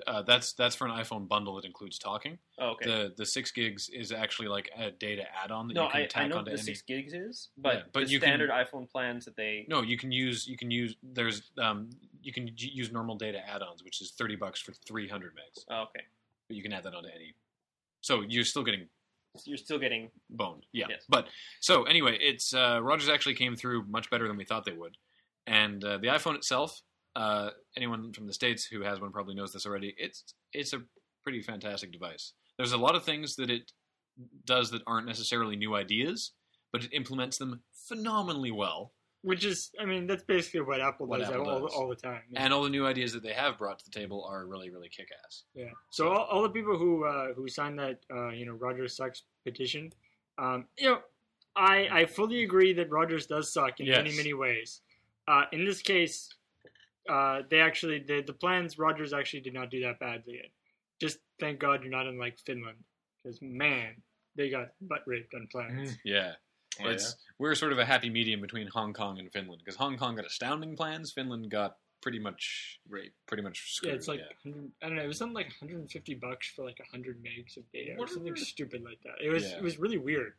Speaker 3: uh, that's that's for an iPhone bundle that includes talking.
Speaker 1: oh, okay.
Speaker 3: The the six gigs is actually like a data add-on that
Speaker 1: no,
Speaker 3: you can
Speaker 1: I, I
Speaker 3: tack
Speaker 1: know what
Speaker 3: onto
Speaker 1: the
Speaker 3: any.
Speaker 1: six gigs is, but,
Speaker 3: Yeah, but
Speaker 1: the
Speaker 3: you can-
Speaker 1: standard iPhone plans that they
Speaker 3: No, you can use you can use there's um you can j- use normal data add-ons, which is thirty bucks for three hundred megs,
Speaker 1: oh, okay,
Speaker 3: but you can add that onto any. So you're still getting
Speaker 1: so you're still getting
Speaker 3: boned, yeah.
Speaker 1: Yes.
Speaker 3: But so anyway, it's uh, Rogers actually came through much better than we thought they would, and uh, the iPhone itself. Uh, anyone from the states who has one probably knows this already. It's it's a pretty fantastic device. There's a lot of things that it does that aren't necessarily new ideas, but it implements them phenomenally well.
Speaker 4: which is, I mean, that's basically what Apple
Speaker 3: What
Speaker 4: does,
Speaker 3: Apple
Speaker 4: all,
Speaker 3: does.
Speaker 4: all the time.
Speaker 3: and all the new ideas that they have brought to the table are really really kick-ass
Speaker 4: Yeah. So all, all the people who uh, who signed that uh, you know Rogers sucks petition, um, you know, I I fully agree that Rogers does suck in
Speaker 3: Yes.
Speaker 4: many many ways. Uh, in this case, uh, they actually the the plans Rogers actually did not do that badly. Yet. Just thank God you're not in like Finland, because man, they got butt raped on
Speaker 2: Mm-hmm.
Speaker 1: Mm-hmm.
Speaker 4: plans.
Speaker 3: yeah
Speaker 2: Oh, yeah?
Speaker 3: it's we're sort of a happy medium between hong kong and finland because hong kong got astounding plans finland got pretty much pretty much screwed,
Speaker 4: Yeah, it's like 100 I don't know. It was something like 150 bucks for like 100 megs of data or
Speaker 2: What
Speaker 4: something
Speaker 2: is-
Speaker 4: stupid like that. It was
Speaker 3: Yeah.
Speaker 4: it was really weird.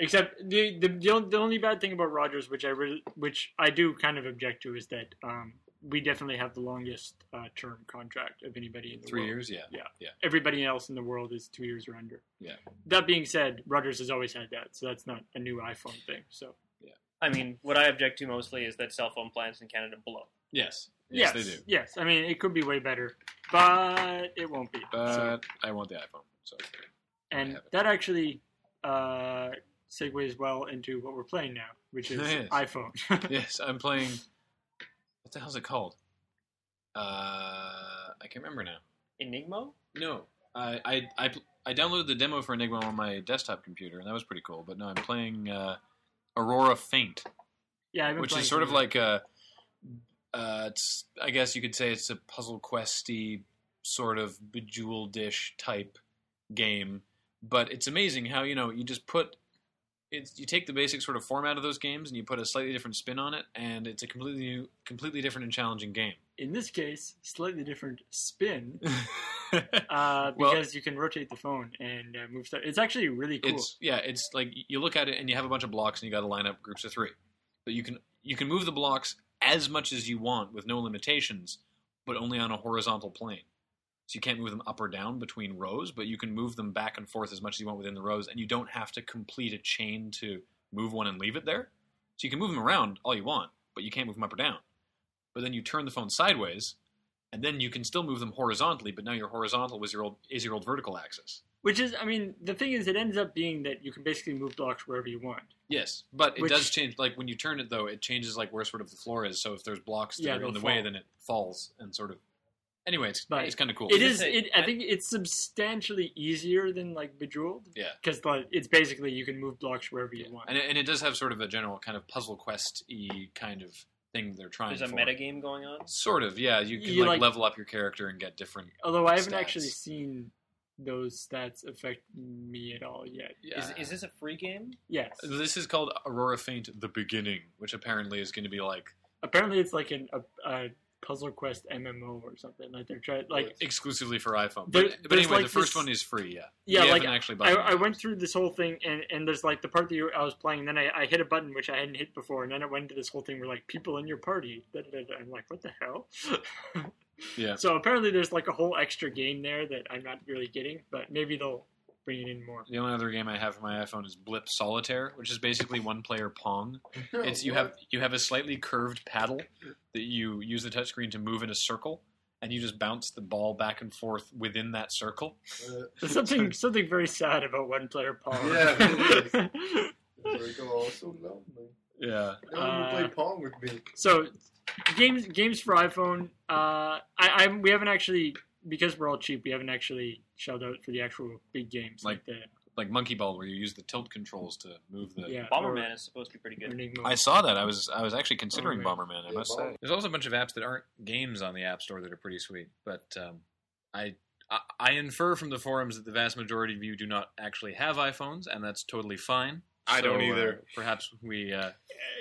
Speaker 4: Except the the the on- the only bad thing about Rogers, which I really, which I do kind of object to, is that um, we definitely have the longest uh, term contract of anybody in the
Speaker 3: three
Speaker 4: world.
Speaker 3: years yeah
Speaker 4: Everybody else in the world is two years or under.
Speaker 3: Yeah.
Speaker 4: That being said, Rogers has always had that, so that's not a new iPhone thing. So
Speaker 1: I mean, what I object to mostly is that cell phone plans in Canada blow.
Speaker 3: yes yes, they do
Speaker 4: Yes, I mean it could be way better, but it won't be.
Speaker 3: but
Speaker 4: So-
Speaker 3: i want the iphone so I
Speaker 4: and
Speaker 3: have it.
Speaker 4: that actually uh, segues well into what we're playing now, which is
Speaker 3: Yes.
Speaker 4: iPhone.
Speaker 3: yes i'm playing what the hell's it called uh i can't remember now
Speaker 1: Enigma?
Speaker 3: No, I I I, pl- I downloaded the demo for Enigma on my desktop computer, and that was pretty cool. But no, I'm playing uh, Aurora Faint,
Speaker 4: yeah, I've been
Speaker 3: which
Speaker 4: playing
Speaker 3: is sort of
Speaker 4: some
Speaker 3: like a, uh, it's I guess you could say it's a puzzle questy sort of bejeweled-ish type game. But it's amazing how you know you just put. It's, you take the basic sort of format of those games and you put a slightly different spin on it, and it's a completely new, completely different and challenging game.
Speaker 4: in this case slightly different spin uh, because
Speaker 3: Well-
Speaker 4: you can rotate the phone and uh, move stuff. It's actually really cool.
Speaker 3: It's yeah, it's like you look at it and you have a bunch of blocks and you got to line up groups of three. But you can you can move the blocks as much as you want with no limitations, but only on a horizontal plane. So you can't move them up or down between rows, but you can move them back and forth as much as you want within the rows, and you don't have to complete a chain to move one and leave it there. So you can move them around all you want, but you can't move them up or down. But then you turn the phone sideways, and then you can still move them horizontally, but now your horizontal was your old is your old vertical axis.
Speaker 4: Which is, I mean, the thing is, it ends up being that you can basically move blocks wherever you want.
Speaker 3: Yes, but it
Speaker 4: Which-
Speaker 3: does change. Like when you turn it, though, it changes like where sort of the floor is. So if there's blocks that
Speaker 4: Yeah,
Speaker 3: are in
Speaker 4: they'll
Speaker 3: the way,
Speaker 4: fall.
Speaker 3: then it falls and sort of. Anyway, it's
Speaker 4: But
Speaker 3: it's kind of cool.
Speaker 4: It
Speaker 1: I
Speaker 4: is.
Speaker 1: say-
Speaker 4: It, I think it's substantially easier than like Bejeweled.
Speaker 3: Yeah.
Speaker 4: Because like, it's basically you can move blocks wherever
Speaker 3: Yeah.
Speaker 4: you want.
Speaker 3: and it, and it does have sort of a general kind of puzzle quest y kind of thing they're trying.
Speaker 1: There's a
Speaker 3: for.
Speaker 1: metagame going on.
Speaker 3: Sort of, yeah. You can
Speaker 4: You,
Speaker 3: like,
Speaker 4: like-
Speaker 3: level up your character and get different.
Speaker 4: Although I haven't
Speaker 3: stats.
Speaker 4: actually seen those stats affect me at all yet.
Speaker 3: Yeah.
Speaker 1: Is, is this a free game?
Speaker 4: Yes.
Speaker 3: this is called Aurora Faint: The Beginning, which apparently is going to be like
Speaker 4: Apparently, it's like an, a, a puzzle quest MMO or something. Like they're trying, like
Speaker 3: exclusively for iPhone.
Speaker 4: There-
Speaker 3: but, but
Speaker 4: there's,
Speaker 3: anyway,
Speaker 4: like,
Speaker 3: the first
Speaker 4: this-
Speaker 3: one is free. Yeah,
Speaker 4: yeah,
Speaker 3: We
Speaker 4: like
Speaker 3: haven't actually.
Speaker 4: I,
Speaker 3: bought it
Speaker 4: I
Speaker 3: yet.
Speaker 4: went through this whole thing, and and there's like the part that you, I was playing, and then I, I hit a button which I hadn't hit before, and then it went into this whole thing where like people in your party. Da, da, da, da. I'm like, what the hell?
Speaker 3: Yeah.
Speaker 4: So apparently, there's like a whole extra game there that I'm not really getting, but maybe they'll bringing in more.
Speaker 3: The only other game I have for my iPhone is Blip Solitaire, which is basically one player Pong. It's you have you have a slightly curved paddle that you use the touchscreen to move in a circle, and you just bounce the ball back and forth within that circle.
Speaker 5: Uh,
Speaker 4: There's something something very sad about one player Pong.
Speaker 5: Yeah, it we go all so lonely.
Speaker 3: Yeah,
Speaker 5: No one will
Speaker 4: Uh,
Speaker 5: play Pong with me.
Speaker 4: so games games for iPhone. Uh, I, I we haven't actually because we're all cheap. We haven't actually shelled out for the actual big games like,
Speaker 3: Like-
Speaker 4: the
Speaker 3: like Monkey Ball, where you use the tilt controls to move the.
Speaker 4: yeah
Speaker 1: Bomberman is supposed to be pretty
Speaker 4: or- or
Speaker 1: good.
Speaker 4: Enigma.
Speaker 3: I saw that. I was I was actually considering
Speaker 4: Bomberman.
Speaker 3: Bomberman. I
Speaker 5: Yeah,
Speaker 3: must
Speaker 5: Bomberman.
Speaker 3: say, there's also a bunch of apps that aren't games on the App Store that are pretty sweet. But um, I, I I infer from the forums that the vast majority of you do not actually have iPhones, and that's totally fine.
Speaker 2: I don't
Speaker 3: uh,
Speaker 2: either.
Speaker 3: perhaps we uh,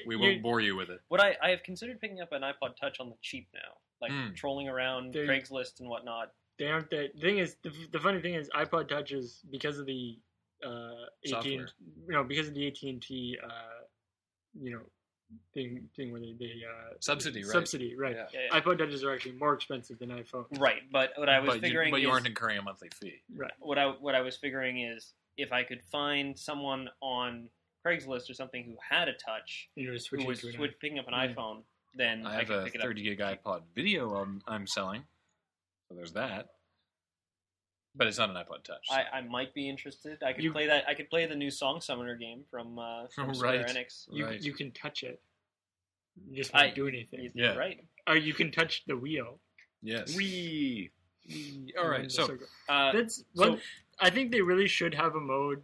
Speaker 3: we won't
Speaker 4: Eh, You-
Speaker 3: bore you with it.
Speaker 1: What I, I have considered picking up an iPod Touch on the cheap now, like
Speaker 3: Hmm.
Speaker 1: trolling around
Speaker 4: Dude.
Speaker 1: Craigslist and whatnot.
Speaker 4: They aren't that. The thing is, the, the funny thing is, iPod Touches because of the uh, eighteen,
Speaker 3: Software.
Speaker 4: you know, because of the AT and T, uh, you know, thing thing where they, they uh,
Speaker 3: Subsidy, right?
Speaker 4: subsidy, right?
Speaker 3: Yeah.
Speaker 1: Yeah, yeah.
Speaker 4: iPod Touches are actually more expensive than iPhone.
Speaker 1: Right, but what I was
Speaker 3: but you-
Speaker 1: figuring
Speaker 3: but you
Speaker 1: is-
Speaker 3: aren't incurring a monthly fee.
Speaker 1: what I what I was figuring is if I could find someone on Craigslist or something who had a touch
Speaker 4: You know,
Speaker 1: who
Speaker 4: switching
Speaker 1: was
Speaker 4: to an
Speaker 1: switch, picking up an
Speaker 4: Yeah.
Speaker 1: iPhone, then
Speaker 3: Hmm. I
Speaker 1: Hmm, I,
Speaker 3: have
Speaker 1: could
Speaker 3: a
Speaker 1: pick it
Speaker 3: 30 gig iPod video I'm, I'm selling, so there's that. But it's not an iPod Touch.
Speaker 1: up. I, I might be interested. I could
Speaker 4: You-
Speaker 1: play that. I could play the new Song Summoner game from uh, from Square
Speaker 3: Right.
Speaker 1: Enix.
Speaker 4: You
Speaker 3: Right.
Speaker 4: you can touch it. You just won't
Speaker 1: I-
Speaker 4: do anything.
Speaker 3: Yeah.
Speaker 1: Right.
Speaker 4: Or you can touch the wheel.
Speaker 3: yes.
Speaker 2: We.
Speaker 3: All
Speaker 4: And
Speaker 3: right.
Speaker 4: the
Speaker 3: So
Speaker 4: circle.
Speaker 1: Uh,
Speaker 4: that's
Speaker 1: so-
Speaker 4: one. I think they really should have a mode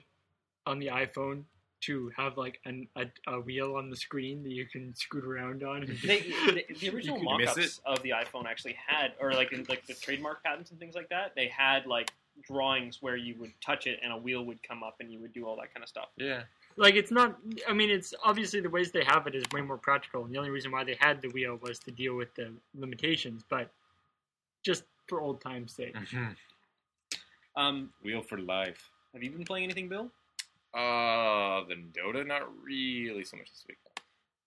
Speaker 4: on the iPhone to have like an, a, a wheel on the screen that you can scoot around on.
Speaker 1: they, the, the original
Speaker 2: You miss
Speaker 1: mock-ups of the iPhone actually had, or like in, like the trademark patents and things like that, they had like drawings where you would touch it and a wheel would come up and you would do all that kind of stuff.
Speaker 3: yeah,
Speaker 4: like it's not. I mean, it's obviously the ways they have it is way more practical, and the only reason why they had the wheel was to deal with the limitations. But just for old times' sake,
Speaker 1: Mm-hmm. Um,
Speaker 2: Wheel for life.
Speaker 1: have you been playing anything, Bill?
Speaker 2: Uh, the Dota, not really so much this week.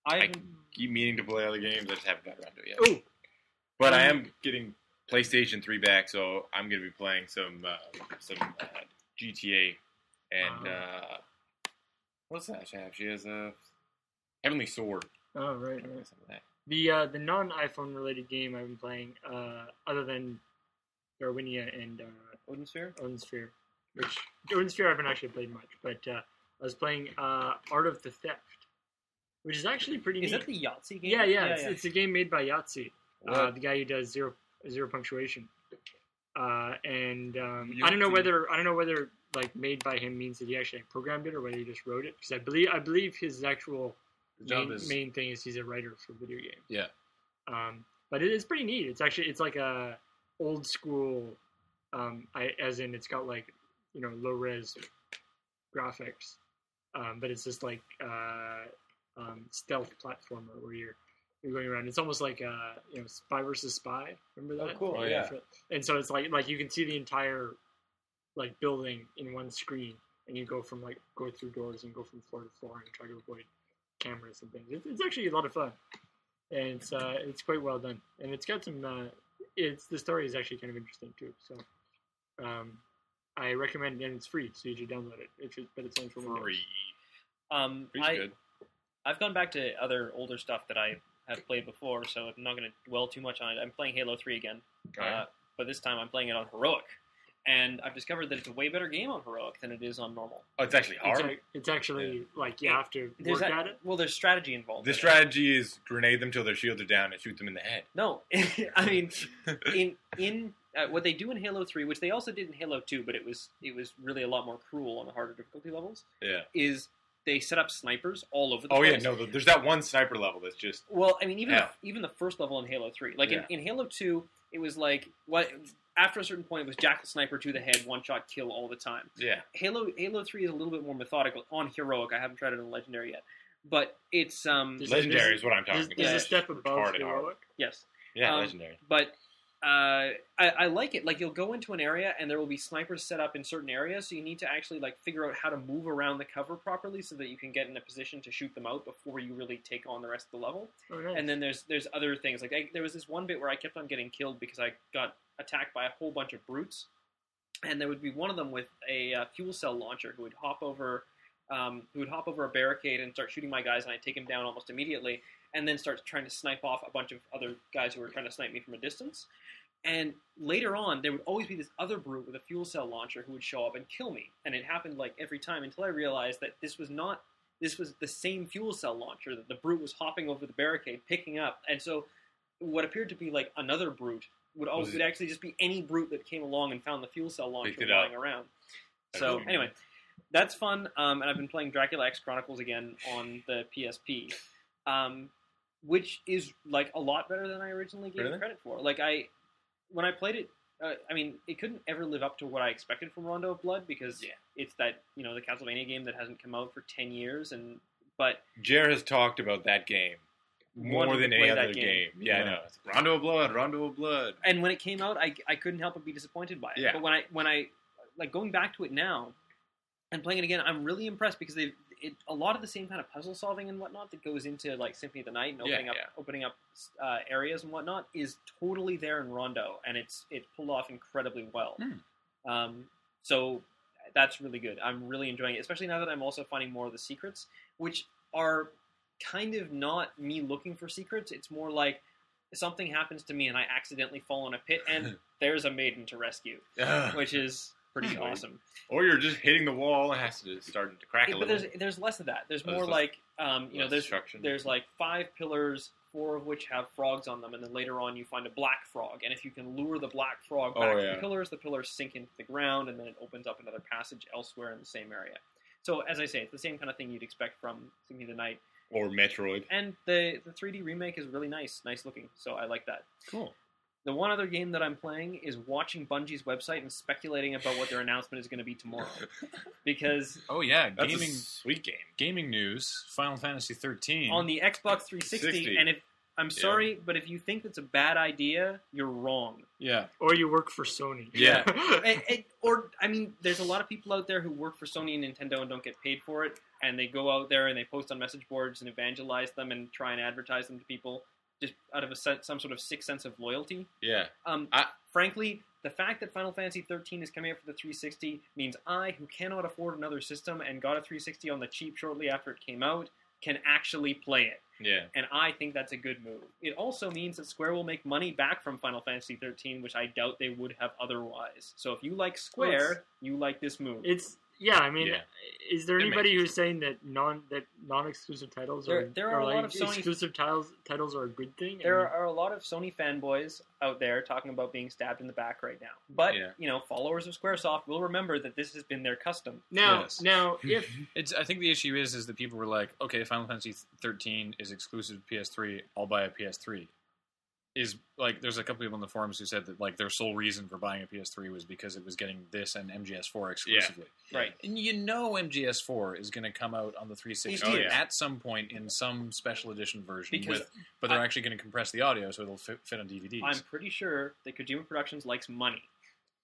Speaker 1: I've
Speaker 2: I
Speaker 1: been
Speaker 2: keep meaning to play other games. I just haven't gotten around to it yet.
Speaker 4: oh,
Speaker 2: But I am getting PlayStation 3 back, so I'm going to be playing some uh, some uh, GTA and
Speaker 1: Uh-huh.
Speaker 2: uh, what's that she have? She has a Heavenly Sword.
Speaker 4: oh right,
Speaker 2: I
Speaker 4: right.
Speaker 2: remember some of that.
Speaker 4: The uh, the non iPhone related game I've been playing, uh, other than Darwinia and uh,
Speaker 1: Odin Sphere.
Speaker 4: Odin Sphere, which Odin Sphere I haven't actually played much, but uh, I was playing uh, Art of the Theft, which is actually pretty.
Speaker 1: Is
Speaker 4: neat.
Speaker 1: that the Yahtzee game?
Speaker 4: Yeah, yeah, it's, it's a game made by Yahtzee, uh, the guy who does zero zero punctuation. Uh, and um, I don't know
Speaker 2: Yahtzee.
Speaker 4: whether I don't know whether like made by him means that he actually programmed it or whether he just wrote it because I believe I believe his actual
Speaker 3: the job
Speaker 4: main,
Speaker 3: is
Speaker 4: main thing is he's a writer for video games.
Speaker 3: Yeah.
Speaker 4: Um, but it is pretty neat. It's actually it's like a old school, um, I, as in it's got like you know low res graphics, um, but it's just like uh, um, stealth platformer where you're you're going around. It's almost like uh, you know spy versus spy. Remember
Speaker 5: Oh,
Speaker 4: that?
Speaker 5: cool.
Speaker 2: Oh,
Speaker 5: yeah.
Speaker 2: yeah.
Speaker 4: And so it's like like you can see the entire like building in one screen, and you go from like go through doors and go from floor to floor and try to avoid cameras and things. It's, it's actually a lot of fun, and it's uh, it's quite well done, and it's got some. Uh, it's the story is actually kind of interesting too. So, um, I recommend, and it's free, so you should download it. If it but it's only for Windows.
Speaker 2: Free.
Speaker 1: Um,
Speaker 2: Free's
Speaker 1: I,
Speaker 2: good.
Speaker 1: I've gone back to other older stuff that I have played before, so I'm not going to dwell too much on it. I'm playing Halo 3 again, uh,
Speaker 2: Alright.
Speaker 1: but this time I'm playing it on Heroic. And I've discovered that it's a way better game on Heroic than it is on normal.
Speaker 2: oh, it's actually
Speaker 4: It's,
Speaker 2: hard.
Speaker 4: ac- it's actually like you have to
Speaker 1: There's
Speaker 4: work
Speaker 1: that-
Speaker 4: at it.
Speaker 1: Well, there's strategy involved.
Speaker 2: the
Speaker 1: in it.
Speaker 2: strategy is grenade them till their shields are down and shoot them in the head.
Speaker 1: No, I mean, in in uh, what they do in Halo 3, which they also did in Halo 2, but it was it was really a lot more cruel on the harder difficulty levels,
Speaker 2: Yeah.
Speaker 1: is they set up snipers all over the
Speaker 2: Oh
Speaker 1: place.
Speaker 2: yeah, no. th- There's that one sniper level that's just
Speaker 1: Well, I mean, even
Speaker 2: Yeah.
Speaker 1: even the first level in Halo Three, like
Speaker 2: Yeah.
Speaker 1: in, in Halo Two, it was like what after a certain point it was jackal sniper to the head, one shot kill all the time.
Speaker 2: yeah.
Speaker 1: Halo Halo Three is a little bit more methodical on heroic. I haven't tried it on legendary yet, but it's um
Speaker 4: There's-
Speaker 2: Legendary is what I'm
Speaker 4: There's,
Speaker 2: talking
Speaker 4: there's
Speaker 2: about.
Speaker 4: a step above
Speaker 2: hard and hard.
Speaker 4: heroic.
Speaker 1: yes,
Speaker 2: Yeah,
Speaker 1: um,
Speaker 2: legendary.
Speaker 1: but. Uh, I, I like it. Like you'll go into an area and there will be snipers set up in certain areas, so you need to actually like figure out how to move around the cover properly so that you can get in a position to shoot them out before you really take on the rest of the level.
Speaker 4: Oh, nice.
Speaker 1: and then there's there's other things like I, there was this one bit where I kept on getting killed because I got attacked by a whole bunch of brutes, and there would be one of them with a uh, fuel cell launcher who would hop over, um, who would hop over a barricade and start shooting my guys, and I'd take him down almost immediately, and then start trying to snipe off a bunch of other guys who were trying to snipe me from a distance. And later on, there would always be this other brute with a fuel cell launcher who would show up and kill me, and it happened like every time until I realized that this was not. This was the same fuel cell launcher that the brute was hopping over the barricade, picking up, and so what appeared to be like another brute would always
Speaker 2: Was it-
Speaker 1: would actually just be any brute that came along and found the fuel cell launcher
Speaker 2: Picked it
Speaker 1: lying around.
Speaker 2: I
Speaker 1: So
Speaker 2: see.
Speaker 1: anyway, that's fun. Um, and I've been playing Dracula X Chronicles again on the PSP, um, which is like a lot better than I originally gave
Speaker 2: Really?
Speaker 1: it credit for. Like I, when I played it, uh, I mean, it couldn't ever live up to what I expected from Rondo of Blood because
Speaker 2: Yeah.
Speaker 1: it's that you know the Castlevania game that hasn't come out for ten years, and but
Speaker 2: Jer has talked about that game more
Speaker 1: Wanted
Speaker 2: than
Speaker 1: to
Speaker 2: any
Speaker 1: play that
Speaker 2: other game.
Speaker 1: game.
Speaker 2: Yeah,
Speaker 3: Yeah.
Speaker 2: I know. It's Rondo of Blood, Rondo of Blood.
Speaker 1: and when it came out, I, I couldn't help but be disappointed by it.
Speaker 2: Yeah.
Speaker 1: But when I when I like going back to it now and playing it again, I'm really impressed because they it a lot of the same kind of puzzle solving and whatnot that goes into like Symphony of the Night and
Speaker 2: Yeah,
Speaker 1: opening up
Speaker 2: yeah.
Speaker 1: opening up uh, areas and whatnot is totally there in Rondo, and it's it's pulled off incredibly well.
Speaker 2: Hmm.
Speaker 1: Um, so that's really good. I'm really enjoying it, especially now that I'm also finding more of the secrets, which are kind of not me looking for secrets. It's more like something happens to me and I accidentally fall in a pit, and there's a maiden to rescue,
Speaker 2: Ugh.
Speaker 1: which is pretty
Speaker 2: Hmm.
Speaker 1: awesome.
Speaker 2: or you're just hitting the wall and has to start to crack a
Speaker 1: It- but
Speaker 2: little.
Speaker 1: there's there's less of that. There's
Speaker 2: Oh,
Speaker 1: more
Speaker 2: there's
Speaker 1: like um, you know
Speaker 2: less
Speaker 1: there's
Speaker 2: destruction.
Speaker 1: there's like five pillars, four of which have frogs on them, and then later on you find a black frog, and if you can lure the black frog
Speaker 2: Oh,
Speaker 1: back to
Speaker 2: yeah.
Speaker 1: the pillars, the pillars sink into the ground, and then it opens up another passage elsewhere in the same area. So as I say, it's the same kind of thing you'd expect from Symphony of the Night,
Speaker 2: or Metroid.
Speaker 1: and the the 3D remake is really nice, nice looking. So I like that.
Speaker 2: Cool.
Speaker 1: The one other game that I'm playing is watching Bungie's website and speculating about what their announcement is going to be tomorrow, because
Speaker 3: Oh yeah,
Speaker 2: That's a
Speaker 3: gaming
Speaker 2: sweet game.
Speaker 3: gaming news. Final Fantasy 13
Speaker 1: on the Xbox 360.
Speaker 2: 60.
Speaker 1: And if I'm sorry, but if you think that's a bad idea, you're wrong.
Speaker 3: yeah,
Speaker 4: Or you work for Sony.
Speaker 2: Yeah.
Speaker 1: Eh, eh, or I mean, there's a lot of people out there who work for Sony and Nintendo and don't get paid for it, and they go out there and they post on message boards and evangelize them and try and advertise them to people just out of a sen- some sort of sick sense of loyalty.
Speaker 2: Yeah.
Speaker 1: Um,
Speaker 2: I-
Speaker 1: frankly, the fact that Final Fantasy 13 is coming out for the 360 means I, who cannot afford another system and got a 360 on the cheap shortly after it came out, can actually play it.
Speaker 2: Yeah.
Speaker 1: And I think that's a good move. It also means that Square will make money back from Final Fantasy 13, which I doubt they would have otherwise. So if you like Square,
Speaker 4: Well, it's-
Speaker 1: you like this move.
Speaker 4: It's yeah. I mean,
Speaker 2: Yeah.
Speaker 4: is there
Speaker 2: It
Speaker 4: anybody
Speaker 2: makes
Speaker 4: who's saying that non that non-exclusive titles
Speaker 1: There-
Speaker 4: are
Speaker 1: there are a
Speaker 4: like,
Speaker 1: lot of Sony-
Speaker 4: exclusive titles titles are a good thing? I
Speaker 1: There
Speaker 4: mean,
Speaker 1: are a lot of Sony fanboys out there talking about being stabbed in the back right now. But,
Speaker 2: Yeah.
Speaker 1: you know, followers of Squaresoft will remember that this has been their custom.
Speaker 4: now
Speaker 3: Yes.
Speaker 4: now if
Speaker 3: it's. I think the issue is is that people were like, okay, Final Fantasy 13 is exclusive to PS3. I'll buy a PS3. Is like there's a couple people in the forums who said that like their sole reason for buying a PS3 was because it was getting this and MGS4 exclusively.
Speaker 1: Right.
Speaker 3: And you know MGS4 is going to come out on the 360
Speaker 1: Oh,
Speaker 2: yeah.
Speaker 3: at some point in some special edition version,
Speaker 1: Because
Speaker 3: with, but they're actually going to compress the audio so it'll fit, fit on DVDs.
Speaker 1: I'm pretty sure that Kojima Productions likes money.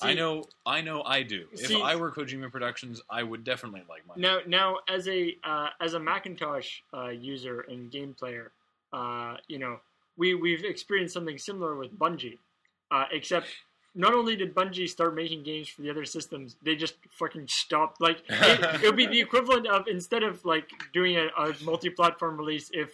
Speaker 3: I know, I know, I do.
Speaker 4: See-
Speaker 3: if I were Kojima Productions, I would definitely like mine.
Speaker 4: now now as a uh, as a Macintosh uh, user and game player, uh, you know we we've experienced something similar with Bungie, uh, except. Not only did Bungie start making games for the other systems, they just fucking stopped. Like it, it would be the equivalent of instead of like doing a, a multi-platform release, if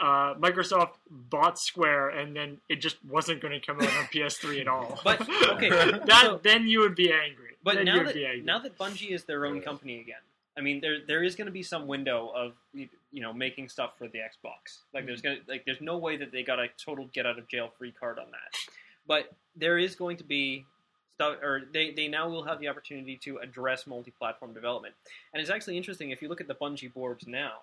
Speaker 4: uh, Microsoft bought Square and then it just wasn't going to come out on PS3 at all.
Speaker 1: But, okay.
Speaker 4: that
Speaker 1: so-
Speaker 4: then you would be angry.
Speaker 1: But
Speaker 4: Then you
Speaker 1: now
Speaker 4: would
Speaker 1: that
Speaker 4: be angry.
Speaker 1: now that Bungie is their own
Speaker 2: Yeah.
Speaker 1: company again, I mean there there is going to be some window of you you know making stuff for the Xbox. Like there's going to like there's no way that they got a total get out of jail free card on that. But there is going to be stuff, or they they now will have the opportunity to address multi platform development. And it's actually interesting if you look at the Bungie boards now.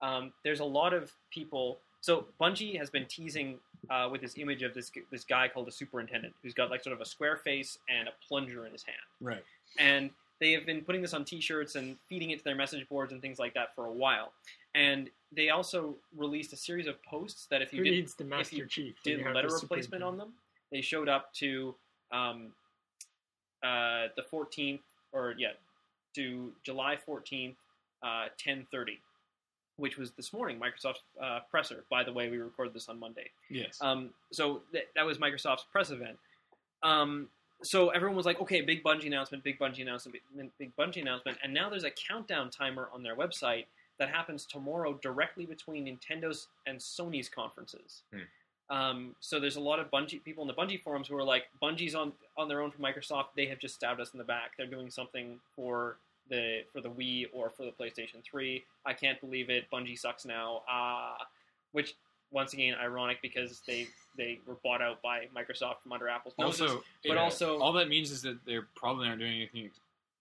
Speaker 1: Um, there's a lot of people. So Bungie has been teasing uh, with this image of this this guy called the superintendent, who's got like sort of a square face and a plunger in his hand
Speaker 3: Right.
Speaker 1: and they have been putting this on t-shirts and feeding it to their message boards and things like that for a while and they also released a series of posts that if you
Speaker 4: who
Speaker 1: did,
Speaker 4: needs the Master Chief? when
Speaker 1: did
Speaker 4: you have
Speaker 1: letter
Speaker 4: the
Speaker 1: replacement
Speaker 4: Superintendent?
Speaker 1: on them they showed up to um, uh, the 14th or yeah to july 14th uh, 10.30 which was this morning microsoft's uh, presser by the way we recorded this on monday
Speaker 3: Yes.
Speaker 1: um, so th- that was Microsoft's press event. Um, so everyone was like, okay, big Bungie announcement, big Bungie announcement, big- big Bungie announcement, and now there's a countdown timer on their website that happens tomorrow directly between Nintendo's and Sony's conferences. Um, so there's a lot of Bungie people in the Bungie forums who are like, Bungie's on on their own from Microsoft. They have just stabbed us in the back. They're doing something for the for the Wii or for the PlayStation 3. I can't believe it. Bungie sucks now. Ah, which once again ironic because they they were bought out by Microsoft from under Apple's noses.
Speaker 3: Also,
Speaker 1: but
Speaker 3: it-
Speaker 1: also
Speaker 3: all that means is that they're probably aren't doing anything.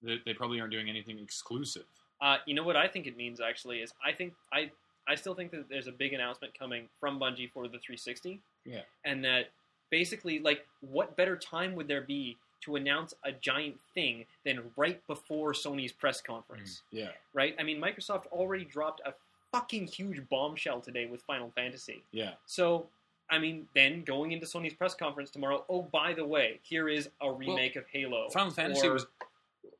Speaker 3: That they probably aren't doing anything exclusive.
Speaker 1: Uh, you know what I think it means actually is I think I I still think that there's a big announcement coming from Bungie for the 360.
Speaker 3: Yeah.
Speaker 1: And that basically, like, what better time would there be to announce a giant thing than right before Sony's press conference?
Speaker 3: Mm. Yeah.
Speaker 1: Right? I mean, Microsoft already dropped a fucking huge bombshell today with Final Fantasy.
Speaker 3: Yeah.
Speaker 1: So. I mean, then going into Sony's press conference tomorrow. Oh, by the way, here is a remake of Halo.
Speaker 3: Final Fantasy
Speaker 1: Or-
Speaker 3: was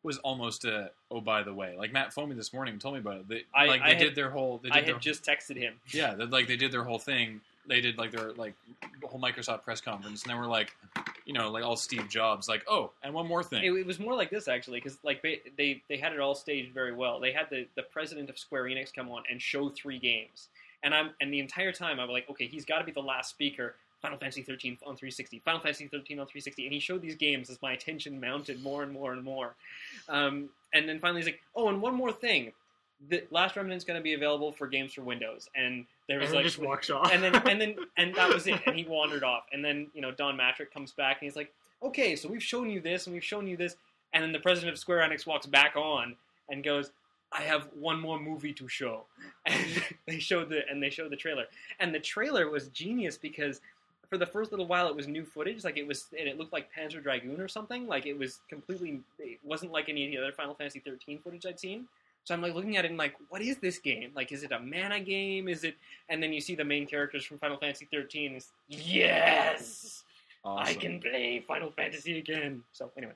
Speaker 3: was almost a oh by the way. Like Matt Foamy this morning told me about it. They,
Speaker 1: I-
Speaker 3: like they
Speaker 1: I had-
Speaker 3: did their whole. They did
Speaker 1: I
Speaker 3: their,
Speaker 1: had just texted him.
Speaker 3: yeah. They, like they did their whole thing. They did like their like whole Microsoft press conference, and then we're like, you know, like all Steve Jobs, like oh, and one more thing.
Speaker 1: It, it was more like this actually, because like they, they they had it all staged very well. They had the the president of Square Enix come on and show three games, and I'm and the entire time I'm like, okay, he's got to be the last speaker. Final Fantasy 13 on 360, Final Fantasy 13 on 360, and he showed these games as my attention mounted more and more and more. Um, and then finally, he's like, "Oh, and one more thing, the Last Remnant's going to be available for games for Windows." And there was
Speaker 4: and then
Speaker 1: like
Speaker 4: just walks off.
Speaker 1: and then and then and that was it. And he wandered off. And then you know Don Matrick comes back and he's like, "Okay, so we've shown you this and we've shown you this." And then the president of Square Enix walks back on and goes, "I have one more movie to show." And they showed the and they showed the trailer. And the trailer was genius because for the first little while it was new footage, like it was and it looked like Panzer Dragoon or something. Like it was completely it wasn't like any of the other Final Fantasy 13 footage I'd seen. So I'm like looking at it and like, what is this game? Like, is it a mana game? Is it and then you see the main characters from Final Fantasy 13 is yes, I
Speaker 3: Awesome.
Speaker 1: can play Final Fantasy again. So anyway,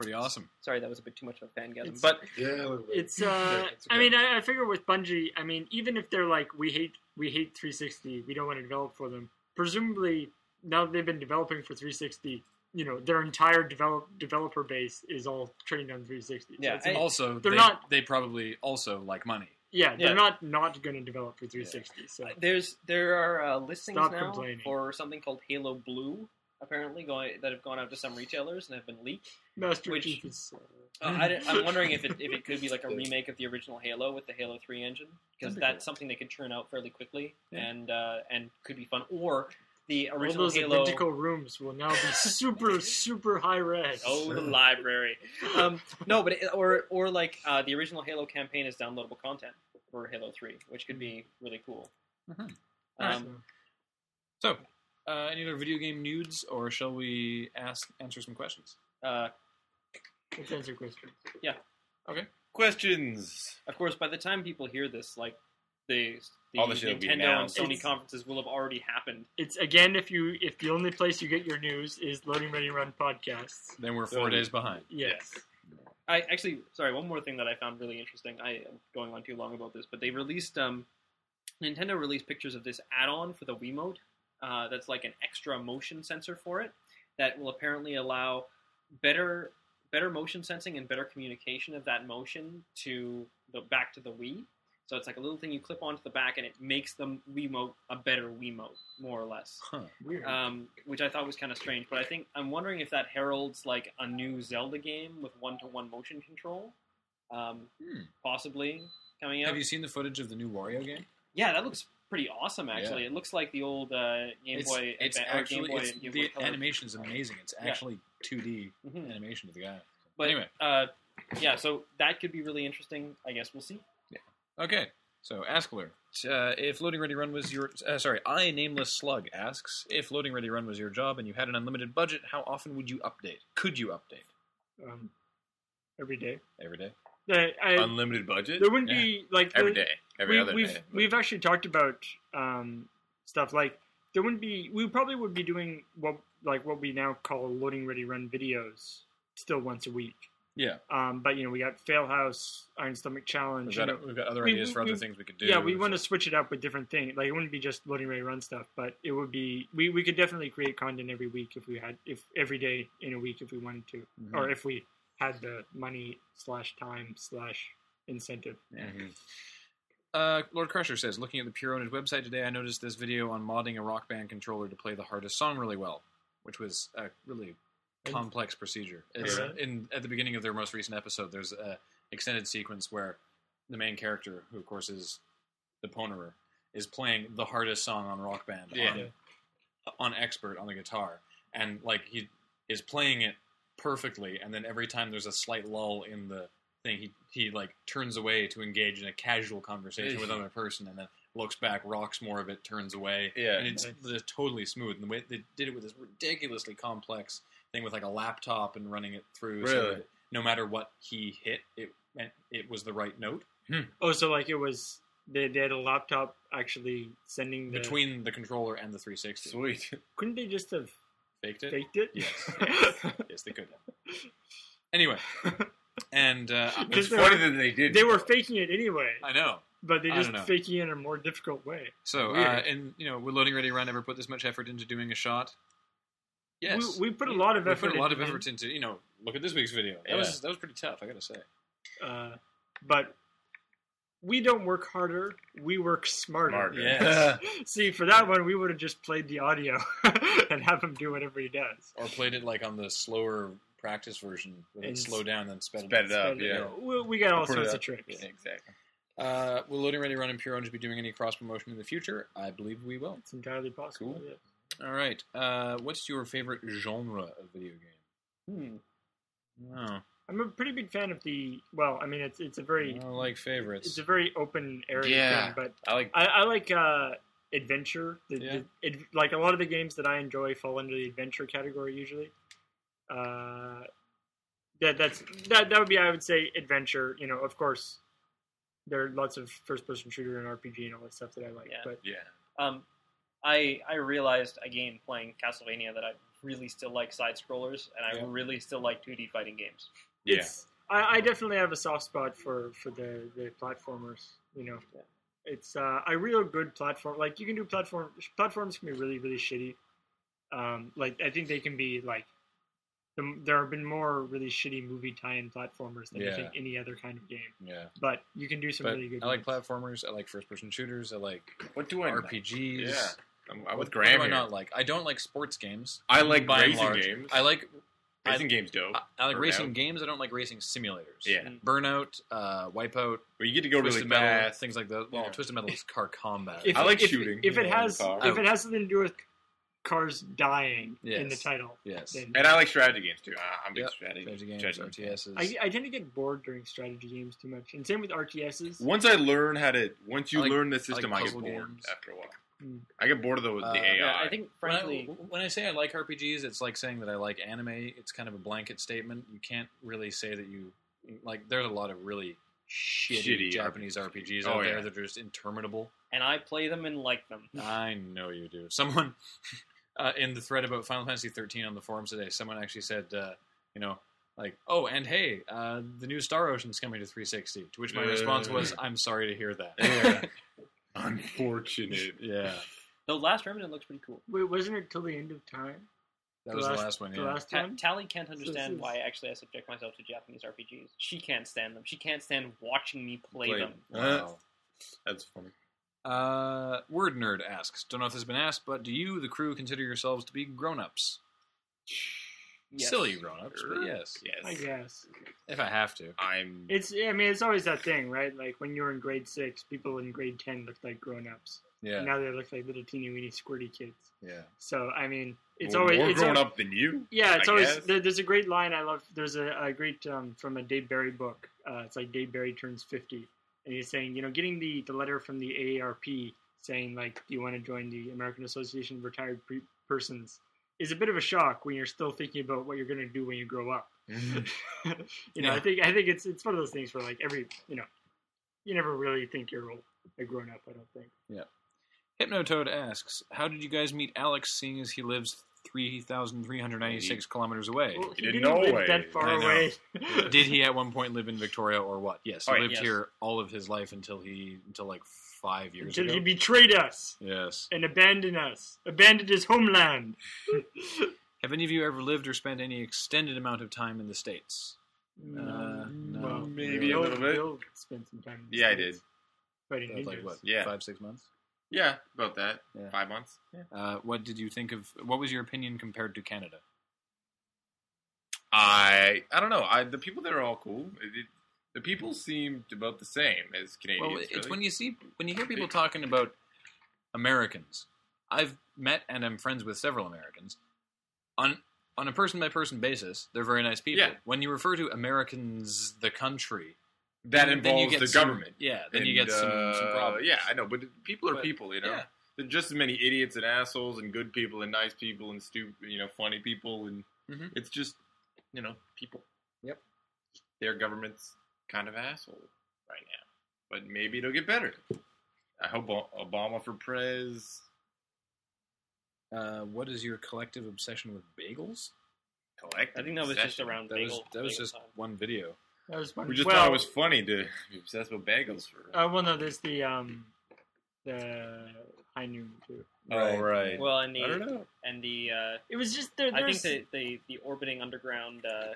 Speaker 3: pretty awesome.
Speaker 1: sorry that was a bit too much of a fangasm,
Speaker 4: It's-
Speaker 1: but
Speaker 5: Yeah, a little bit.
Speaker 4: It's uh,
Speaker 5: Yeah, it's
Speaker 4: I
Speaker 5: okay.
Speaker 4: mean, I, I figure with Bungie, I mean, even if they're like, we hate, we hate 360, we don't want to develop for them. Presumably, now that they've been developing for 360, you know, their entire develop developer base is all trained on 360. So
Speaker 1: Yeah,
Speaker 4: it's
Speaker 1: I-
Speaker 4: all-
Speaker 3: Also,
Speaker 4: they're
Speaker 3: they
Speaker 4: not-
Speaker 3: They probably also like money.
Speaker 4: yeah, they're
Speaker 1: yeah.
Speaker 4: not not going to develop for 360. So
Speaker 1: there's there are uh, listings
Speaker 4: Stop
Speaker 1: now
Speaker 4: complaining.
Speaker 1: for something called Halo Blue, apparently going that have gone out to some retailers and have been leaked.
Speaker 4: Master
Speaker 1: Which-
Speaker 4: Chief is. Uh,
Speaker 1: Uh, I am wondering if it if it could be like a remake of the original Halo with the Halo Three engine because
Speaker 3: That'd be
Speaker 1: that's something they could churn out fairly quickly
Speaker 3: Yeah.
Speaker 1: and uh, and could be fun or. The
Speaker 4: all
Speaker 1: original
Speaker 4: those
Speaker 1: Halo.
Speaker 4: identical rooms will now be super, super high res.
Speaker 1: Oh, the library. Um, no, but it, or or like uh, the original Halo campaign is downloadable content for Halo Three, which could be really cool.
Speaker 3: Mhm.
Speaker 1: Um,
Speaker 3: So, uh, any other video game nudes, or shall we ask answer some questions?
Speaker 1: uh,
Speaker 4: Let's answer questions.
Speaker 2: Questions.
Speaker 1: of course, by the time people hear this, like the the
Speaker 2: All this shit will be
Speaker 1: Nintendo and
Speaker 2: announced.
Speaker 1: Sony
Speaker 4: It's-
Speaker 1: conferences will have already happened.
Speaker 4: It's again if you if the only place you get your news is Loading Ready Run podcasts.
Speaker 3: Then we're four
Speaker 2: Um,
Speaker 3: days behind.
Speaker 4: Yes.
Speaker 1: I actually, sorry, one more thing that I found really interesting. I am going on too long about this, but they released um, Nintendo released pictures of this add-on for the Wiimote. Uh, that's like an extra motion sensor for it that will apparently allow better better motion sensing and better communication of that motion to the back to the Wii. So it's like a little thing you clip onto the back, and it makes the Wiimote a better Wiimote, more or less
Speaker 3: Huh.
Speaker 4: Weird.
Speaker 2: Uh,
Speaker 1: um, which I thought was kind of strange. But I think I'm wondering if that heralds like a new Zelda game with one-to-one motion control, um,
Speaker 3: Hmm.
Speaker 1: possibly coming out.
Speaker 3: Have you seen the footage of the new Wario game?
Speaker 1: Yeah, that looks pretty awesome. Actually, it looks like the old uh, Game
Speaker 3: it's,
Speaker 1: Boy.
Speaker 3: it's
Speaker 1: Advan- or
Speaker 3: actually
Speaker 1: Game Boy
Speaker 3: it's,
Speaker 1: and Game
Speaker 3: the
Speaker 1: Boy Color.
Speaker 3: animation is amazing. It's
Speaker 1: Yeah.
Speaker 3: actually 2D
Speaker 1: Mhm.
Speaker 3: animation of the guy.
Speaker 1: But
Speaker 3: anyway.
Speaker 1: uh, yeah, so that could be really interesting. I guess we'll see.
Speaker 3: Okay, so Askler, uh, if Loading Ready Run was your uh, sorry, I nameless slug asks if Loading Ready Run was your job and you had an unlimited budget, how often would you update? Could you update
Speaker 4: Um, every day.
Speaker 3: every day?
Speaker 4: I, I,
Speaker 2: Unlimited budget.
Speaker 4: there wouldn't be like
Speaker 2: Um, Every
Speaker 4: the-
Speaker 2: day. Every
Speaker 4: we,
Speaker 2: other
Speaker 4: we've
Speaker 2: day.
Speaker 4: we've actually talked about um, stuff like there wouldn't be we probably would be doing what like what we now call loading ready run videos still once a week
Speaker 3: Yeah.
Speaker 4: Um, but you know, we got Fail House, Iron Stomach Challenge.
Speaker 3: We've
Speaker 4: you
Speaker 3: got,
Speaker 4: know,
Speaker 3: we've got other
Speaker 4: we-
Speaker 3: ideas for
Speaker 4: we-
Speaker 3: other things we could do.
Speaker 4: yeah, we want to switch it up with different things. Like it wouldn't be just loading ready run stuff, but it would be we, we could definitely create content every week if we had if every day in a week if we wanted to,
Speaker 3: Mhm.
Speaker 4: or if we had the money slash time slash incentive.
Speaker 3: Mm-hmm.
Speaker 2: Mm-hmm.
Speaker 3: Uh, Lord Crusher says, looking at the Pure Owners website today, I noticed this video on modding a rock band controller to play the hardest song really well, which was a really complex procedure. It's
Speaker 4: Yeah.
Speaker 3: in at the beginning of their most recent episode. There's a extended sequence where the main character, who of course is the Ponerer, is playing the hardest song on Rock Band
Speaker 2: Yeah.
Speaker 3: on, on expert on the guitar, and like he is playing it perfectly, and then every time there's a slight lull in the thing, he he like turns away to engage in a casual conversation with another person, and then looks back, rocks more of it, turns away,
Speaker 2: Yeah.
Speaker 3: and it's just totally smooth. And the way they did it with this ridiculously complex thing with like a laptop and running it through, so
Speaker 2: Really?
Speaker 3: that no matter what he hit, it meant it was the right note
Speaker 4: Oh, so like it was they, they had a laptop actually sending the
Speaker 3: between the controller and the 360.
Speaker 2: Sweet.
Speaker 4: Couldn't they just have
Speaker 3: Faked it.
Speaker 4: faked it?
Speaker 3: Yes. yes, they could. have. Anyway, and uh, I-
Speaker 4: Just
Speaker 2: It's
Speaker 4: the-
Speaker 2: funny that they did.
Speaker 4: they were faking it anyway,
Speaker 3: I know.
Speaker 4: but they
Speaker 3: I don't
Speaker 4: just
Speaker 3: know.
Speaker 4: faking it in a more difficult way.
Speaker 3: So, uh,
Speaker 4: Weird.
Speaker 3: and you know, would loading ready run ever put this much effort into doing a shot? Yes,
Speaker 4: we, we put a lot of
Speaker 3: We
Speaker 4: effort.
Speaker 3: put a lot of
Speaker 4: in-
Speaker 3: effort into. You know, look at this week's video. That
Speaker 2: Yeah.
Speaker 3: was that was pretty tough. I gotta say.
Speaker 4: uh, but we don't work harder; we work smarter.
Speaker 2: Smarter.
Speaker 3: Yes.
Speaker 4: See, for that one, we would have just played the audio and have him do whatever he does.
Speaker 3: Or played it like on the slower practice version, where
Speaker 4: And
Speaker 3: it's slow down and sped,
Speaker 2: Sped it up,
Speaker 4: But,
Speaker 2: yeah.
Speaker 4: we, we got all
Speaker 2: Put it
Speaker 4: sorts
Speaker 2: up.
Speaker 4: of tricks.
Speaker 2: Exactly.
Speaker 3: Uh, will loading ready run and Pure Orange be doing any cross promotion in the future? I believe we will.
Speaker 4: It's entirely possible.
Speaker 2: Cool.
Speaker 4: yeah.
Speaker 3: All right. Uh, what's your favorite genre of video game?
Speaker 1: Hmm.
Speaker 3: Oh,
Speaker 4: I'm a pretty big fan of the. Well, I mean, it's it's a very
Speaker 3: I don't like favorites.
Speaker 4: it's a very open area
Speaker 2: Yeah.
Speaker 4: thing, but
Speaker 2: I like.
Speaker 4: I, I like uh, adventure. The,
Speaker 3: Yeah.
Speaker 4: the, ad, like a lot of the games that I enjoy fall under the adventure category usually. Uh, that that's that that would be I would say adventure. You know, of course, there are lots of first person shooter and RPG and all that stuff that I like.
Speaker 1: Yeah.
Speaker 4: But
Speaker 2: Yeah.
Speaker 1: Um, I I realized again playing Castlevania that I really still like side scrollers, and I
Speaker 3: Yeah.
Speaker 1: really still like 2D fighting games.
Speaker 2: Yeah.
Speaker 4: it's, I, I definitely have a soft spot for for the the platformers. You know,
Speaker 1: Yeah.
Speaker 4: it's uh, a real good platform. Like you can do platform platforms can be really really shitty. Um, like I think they can be like the, there have been more really shitty movie tie-in platformers than I
Speaker 3: Yeah.
Speaker 4: think any other kind of game.
Speaker 3: Yeah.
Speaker 4: But you can do some
Speaker 3: But
Speaker 4: really good.
Speaker 3: I like
Speaker 4: ones.
Speaker 3: platformers. I like first-person shooters. I like
Speaker 2: What do I?
Speaker 3: RPGs.
Speaker 2: Yeah. I'm, I'm
Speaker 3: What-
Speaker 2: with
Speaker 3: What
Speaker 2: Graham
Speaker 3: do I
Speaker 2: here.
Speaker 3: not like? I don't like sports games.
Speaker 2: I like
Speaker 3: by and
Speaker 2: racing
Speaker 3: large.
Speaker 2: games.
Speaker 3: I like I-
Speaker 2: racing games. Dope.
Speaker 3: I, I like
Speaker 2: Burnout.
Speaker 3: racing games. I don't like racing simulators.
Speaker 2: yeah.
Speaker 4: Mm.
Speaker 3: Burnout, uh, Wipeout,
Speaker 2: Where you get to go
Speaker 3: Twisted
Speaker 2: really
Speaker 3: Metal,
Speaker 2: fast.
Speaker 3: things like that. Well,
Speaker 2: Yeah.
Speaker 3: Twisted Metal is car combat.
Speaker 4: If,
Speaker 2: I like
Speaker 4: if-
Speaker 2: shooting,
Speaker 4: If
Speaker 2: you
Speaker 4: it
Speaker 2: know, in
Speaker 4: has
Speaker 2: the car.
Speaker 4: if it has something to do with cars dying in the
Speaker 3: Yes.
Speaker 4: title,
Speaker 3: yes.
Speaker 4: then
Speaker 2: And I like strategy games too. I- I'm a big
Speaker 3: Yep.
Speaker 2: strategy,
Speaker 3: Strategy games,
Speaker 2: strategy games.
Speaker 3: RTSs.
Speaker 4: I, I tend to get bored during strategy games too much, and same with RTSs.
Speaker 2: Once I learn how to, once you
Speaker 3: I like-
Speaker 2: learn the system, I, get
Speaker 3: puzzle
Speaker 2: bored
Speaker 3: games.
Speaker 2: after a while.
Speaker 4: Mm.
Speaker 2: I get bored of the, the
Speaker 3: Uh,
Speaker 2: AI.
Speaker 3: yeah,
Speaker 1: I think
Speaker 3: when, I,
Speaker 1: frankly,
Speaker 3: when I say I like RPGs, it's like saying that I like anime. It's kind of a blanket statement. You can't really say that you like. There's a lot of really shitty,
Speaker 2: Shitty
Speaker 3: Japanese RPGs,
Speaker 2: Oh,
Speaker 3: out there
Speaker 2: yeah.
Speaker 3: that are just interminable.
Speaker 1: and I play them and like them.
Speaker 3: I know you do. Someone uh, in the thread about Final Fantasy 13 on the forums today, someone actually said, uh, you know, like, oh, and hey, uh, the new Star Ocean's coming to 360. To which my response was, I'm sorry to hear that.
Speaker 2: Yeah. Unfortunate.
Speaker 3: yeah.
Speaker 1: Though Last Remnant looks pretty cool.
Speaker 4: Wait, wasn't it till the end of time?
Speaker 3: That
Speaker 4: The
Speaker 3: was
Speaker 4: last-
Speaker 3: the last one, yeah.
Speaker 4: The last
Speaker 1: Ta-
Speaker 4: time?
Speaker 1: Tally can't
Speaker 4: this
Speaker 1: understand
Speaker 4: is-
Speaker 1: why actually I subject myself to Japanese RPGs. She can't stand them. She can't stand watching me play,
Speaker 2: Play
Speaker 1: them.
Speaker 3: Wow.
Speaker 2: That's funny.
Speaker 3: Uh, Word Nerd asks, don't know if this has been asked, but do you, the crew, consider yourselves to be grown ups?
Speaker 1: Yes.
Speaker 3: Silly grown ups, but yes.
Speaker 2: Yes.
Speaker 4: I guess
Speaker 3: If I have to.
Speaker 2: I'm.
Speaker 4: it's. I mean, it's always that thing, right? Like when you were in grade six, people in grade ten looked like grown-ups.
Speaker 3: Yeah.
Speaker 4: Now they look like little teeny weeny squirty kids.
Speaker 3: Yeah.
Speaker 4: So I mean, it's
Speaker 2: more-
Speaker 4: always
Speaker 2: more
Speaker 4: it's
Speaker 2: grown
Speaker 4: al-
Speaker 2: up than you.
Speaker 4: Yeah, it's
Speaker 2: I
Speaker 4: always
Speaker 2: guess.
Speaker 4: there, there's a great line I love. There's a, a great um, from a Dave Barry book. Uh, it's like Dave Barry turns fifty, and he's saying, you know, getting the the letter from the AARP saying like, do you want to join the American Association of Retired Pre- Persons is a bit of a shock when you're still thinking about what you're going to do when you grow up. you know, I
Speaker 3: Yeah.
Speaker 4: think I think it's it's one of those things where like every you know, you never really think you're a grown up. I don't think.
Speaker 3: Hypnotoad asks, how did you guys meet Alex seeing as he lives 3,396 kilometers away.
Speaker 4: Well,
Speaker 2: didn't
Speaker 4: even
Speaker 2: know
Speaker 4: live
Speaker 2: away.
Speaker 4: that far
Speaker 3: I know.
Speaker 4: away.
Speaker 3: Did he at one point live in Victoria or what? Yes, he
Speaker 2: Oh, yeah.
Speaker 3: lived
Speaker 1: Yes.
Speaker 3: here all of his life until he until like five years
Speaker 4: Until
Speaker 3: ago.
Speaker 4: he betrayed us
Speaker 3: yes.
Speaker 4: and abandoned us, abandoned his homeland.
Speaker 3: Have any of you ever lived or spent any extended amount of time in the states?
Speaker 1: Mm.
Speaker 3: Uh, no.
Speaker 4: Well,
Speaker 2: Maybe a
Speaker 4: Bill-
Speaker 2: little bit.
Speaker 4: Bill spent some time. in the
Speaker 2: Yeah, I
Speaker 4: States
Speaker 2: did.
Speaker 4: fighting
Speaker 3: That's like
Speaker 4: ninjas.
Speaker 3: what?
Speaker 2: Yeah.
Speaker 3: Five six months.
Speaker 2: Yeah, about that.
Speaker 3: Yeah.
Speaker 2: Five months. Yeah.
Speaker 3: Uh, what did you think of? What was your opinion compared to Canada?
Speaker 2: I I don't know. I the people there are all cool. It, it, the people seemed about the same as Canadians.
Speaker 3: Well, it's
Speaker 2: really.
Speaker 3: when you see when you hear people talking about Americans. I've met and I'm friends with several Americans. On on a person by person basis, they're very nice people.
Speaker 2: Yeah.
Speaker 3: When you refer to Americans, the country,
Speaker 2: that
Speaker 3: then- then you
Speaker 2: involves
Speaker 3: get
Speaker 2: the
Speaker 3: some-
Speaker 2: government.
Speaker 3: Yeah, then you
Speaker 2: And,
Speaker 3: get some, some
Speaker 2: uh,
Speaker 3: problems.
Speaker 2: Yeah, I know, but people are
Speaker 3: But,
Speaker 2: people. You know,
Speaker 3: yeah.
Speaker 2: there's just as many idiots and assholes and good people and nice people and stupid, you know, funny people, and
Speaker 3: Mhm.
Speaker 2: it's just you know people.
Speaker 3: Yep.
Speaker 2: their government's kind of asshole right now, but maybe it'll get better. I hope O- Obama for prez.
Speaker 3: Uh, what is your collective obsession with bagels?
Speaker 2: Collect.
Speaker 1: I think that was just around
Speaker 3: That was
Speaker 1: bagel.
Speaker 3: that was
Speaker 1: bagel
Speaker 3: just
Speaker 1: time.
Speaker 3: one video.
Speaker 4: That was one.
Speaker 2: We just
Speaker 4: well,
Speaker 2: thought it was funny to be obsessed with bagels for.
Speaker 4: Uh, well, no, there's the um, the high noon too.
Speaker 2: Oh, right.
Speaker 1: well, and
Speaker 2: I don't
Speaker 1: the
Speaker 2: know.
Speaker 1: and the uh,
Speaker 4: It was just there.
Speaker 1: I
Speaker 4: There's,
Speaker 1: think the, the the orbiting underground uh,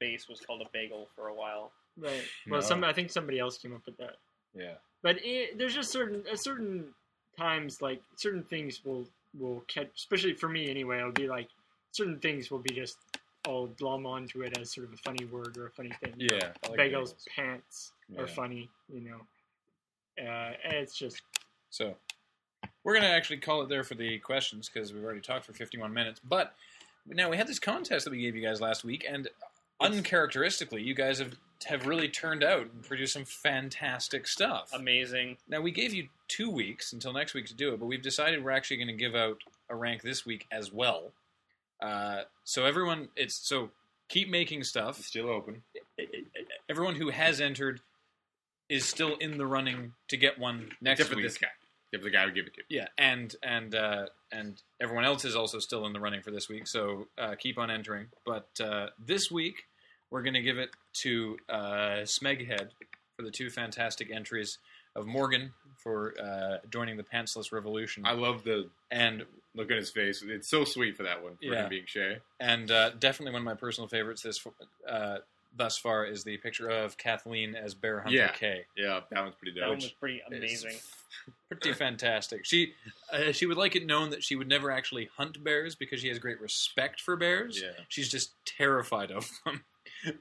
Speaker 1: base was called a bagel for a while.
Speaker 4: right. Well,
Speaker 2: No.
Speaker 4: some I think somebody else came up with that.
Speaker 2: Yeah.
Speaker 4: But it, there's just certain at certain times, like certain things will will catch. Especially for me, anyway, it'll be like certain things will be just I'll glom onto it as sort of a funny word or a funny thing.
Speaker 2: Yeah. I like
Speaker 4: bagels, pants
Speaker 2: Yeah.
Speaker 4: are funny, you know. Uh, and it's just
Speaker 3: So we're going to actually call it there for the questions because we've already talked for 51 minutes. But now we had this contest that we gave you guys last week, and uncharacteristically, you guys have have really turned out and produced some fantastic stuff.
Speaker 2: Um,
Speaker 1: Amazing.
Speaker 3: Now we gave you two weeks until next week to do it, but we've decided we're actually going to give out a rank this week as well. Uh, so everyone, it's so keep making
Speaker 2: It's
Speaker 3: stuff.
Speaker 2: still open.
Speaker 3: Everyone who has entered is still in the running to get one next
Speaker 2: Except for
Speaker 3: week.
Speaker 2: this guy. Except for the guy we give it to.
Speaker 3: Yeah, and and uh, and everyone else is also still in the running for this week, so uh, keep on entering. But uh, this week, we're going to give it to uh, Smeghead for the two fantastic entries of Morgan for uh, joining the Pantsless Revolution,
Speaker 2: I love the
Speaker 3: and
Speaker 2: look on his face. It's so sweet for that one. For
Speaker 3: Yeah.
Speaker 2: him being Shay.
Speaker 3: and uh, definitely one of my personal favorites this uh, thus far is the picture of Kathleen as Bear Hunter
Speaker 2: Yeah.
Speaker 3: K.
Speaker 2: Yeah, that one's pretty
Speaker 1: That one
Speaker 2: dope.
Speaker 1: was pretty amazing.
Speaker 3: It's pretty fantastic. She uh, she would like it known that she would never actually hunt bears because she has great respect for bears.
Speaker 2: Yeah.
Speaker 3: She's just terrified of them.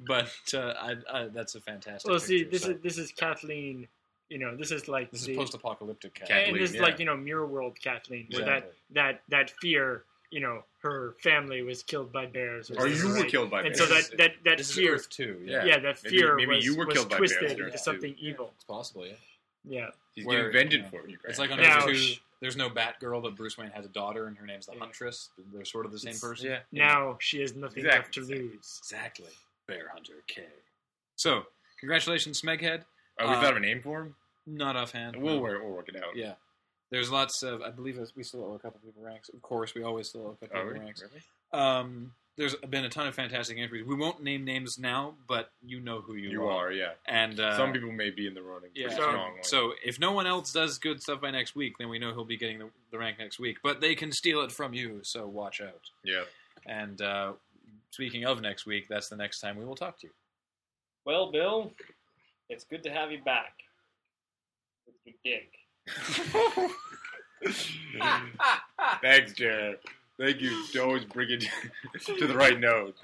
Speaker 3: But uh, I, I, that's a fantastic.
Speaker 4: well, see,
Speaker 3: picture,
Speaker 4: this
Speaker 3: so-
Speaker 4: is this is Kathleen. You know, this is like
Speaker 3: this
Speaker 4: the-
Speaker 3: is post-apocalyptic. cat.
Speaker 2: Cat-
Speaker 4: and this is
Speaker 2: yeah.
Speaker 4: like you know Mirror World Kathleen, where that
Speaker 3: Exactly.
Speaker 4: that that fear. You know, her family was killed by bears,
Speaker 2: Or
Speaker 3: This
Speaker 2: you
Speaker 3: is
Speaker 2: were
Speaker 4: right?
Speaker 2: killed by
Speaker 4: and
Speaker 2: bears.
Speaker 4: so
Speaker 3: This
Speaker 4: that
Speaker 3: is-
Speaker 4: that that
Speaker 3: This is
Speaker 4: fear,
Speaker 3: Earth too.
Speaker 2: yeah.
Speaker 3: Yeah,
Speaker 4: yeah. that
Speaker 2: Maybe-
Speaker 4: fear
Speaker 2: maybe
Speaker 4: was,
Speaker 2: you were
Speaker 4: was
Speaker 2: killed by bears
Speaker 4: twisted
Speaker 2: there,
Speaker 4: into
Speaker 2: too.
Speaker 4: something evil.
Speaker 3: possibly. Yeah.
Speaker 4: Yeah,
Speaker 2: He's
Speaker 3: Where-
Speaker 2: getting vengeance
Speaker 3: yeah.
Speaker 2: for you.
Speaker 3: It's like on
Speaker 4: Now-
Speaker 3: Earth two. There's no Batgirl, but Bruce Wayne has a daughter, and her name's the Huntress. They're sort of the same person.
Speaker 2: Yeah.
Speaker 4: now she has nothing left to
Speaker 2: Exactly.
Speaker 4: lose.
Speaker 3: Exactly. Bear Hunter K. So, congratulations, Smeghead.
Speaker 2: Oh, we
Speaker 3: Uh,
Speaker 2: thought of a name for him.
Speaker 3: Not offhand.
Speaker 2: We'll work. We'll work it out.
Speaker 3: Yeah. There's lots of. I believe us- we still owe a couple people ranks. Of course, we always still owe a couple
Speaker 2: Oh,
Speaker 3: people
Speaker 2: really?
Speaker 3: ranks. Um, there's been a ton of fantastic entries. We won't name names now, but you know who you,
Speaker 2: You, are. Yeah.
Speaker 3: And uh,
Speaker 2: Some people may be in the running.
Speaker 3: Yeah.
Speaker 2: Yeah.
Speaker 4: So-
Speaker 2: Strong one.
Speaker 3: So if no one else does good stuff by next week, then we know he'll be getting the, the rank next week. But they can steal it from you, so watch out.
Speaker 2: yeah.
Speaker 3: And uh, speaking of next week, that's the next time we will talk to you.
Speaker 1: Well, Bill, it's good to have you back. With your dick.
Speaker 2: Thanks, Jared. Thank you. to Always bring it to the right note.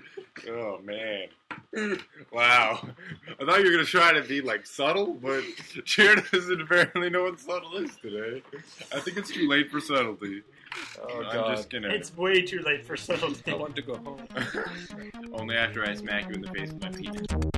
Speaker 2: Oh man. Wow. I thought you were gonna try to be like subtle, but Jared doesn't apparently know what subtle is today. I think it's too late for subtlety.
Speaker 3: Oh,
Speaker 2: I'm just gonna
Speaker 4: It's way too late for subtlety.
Speaker 3: I want to go home.
Speaker 2: only after I smack you in the face with my penis.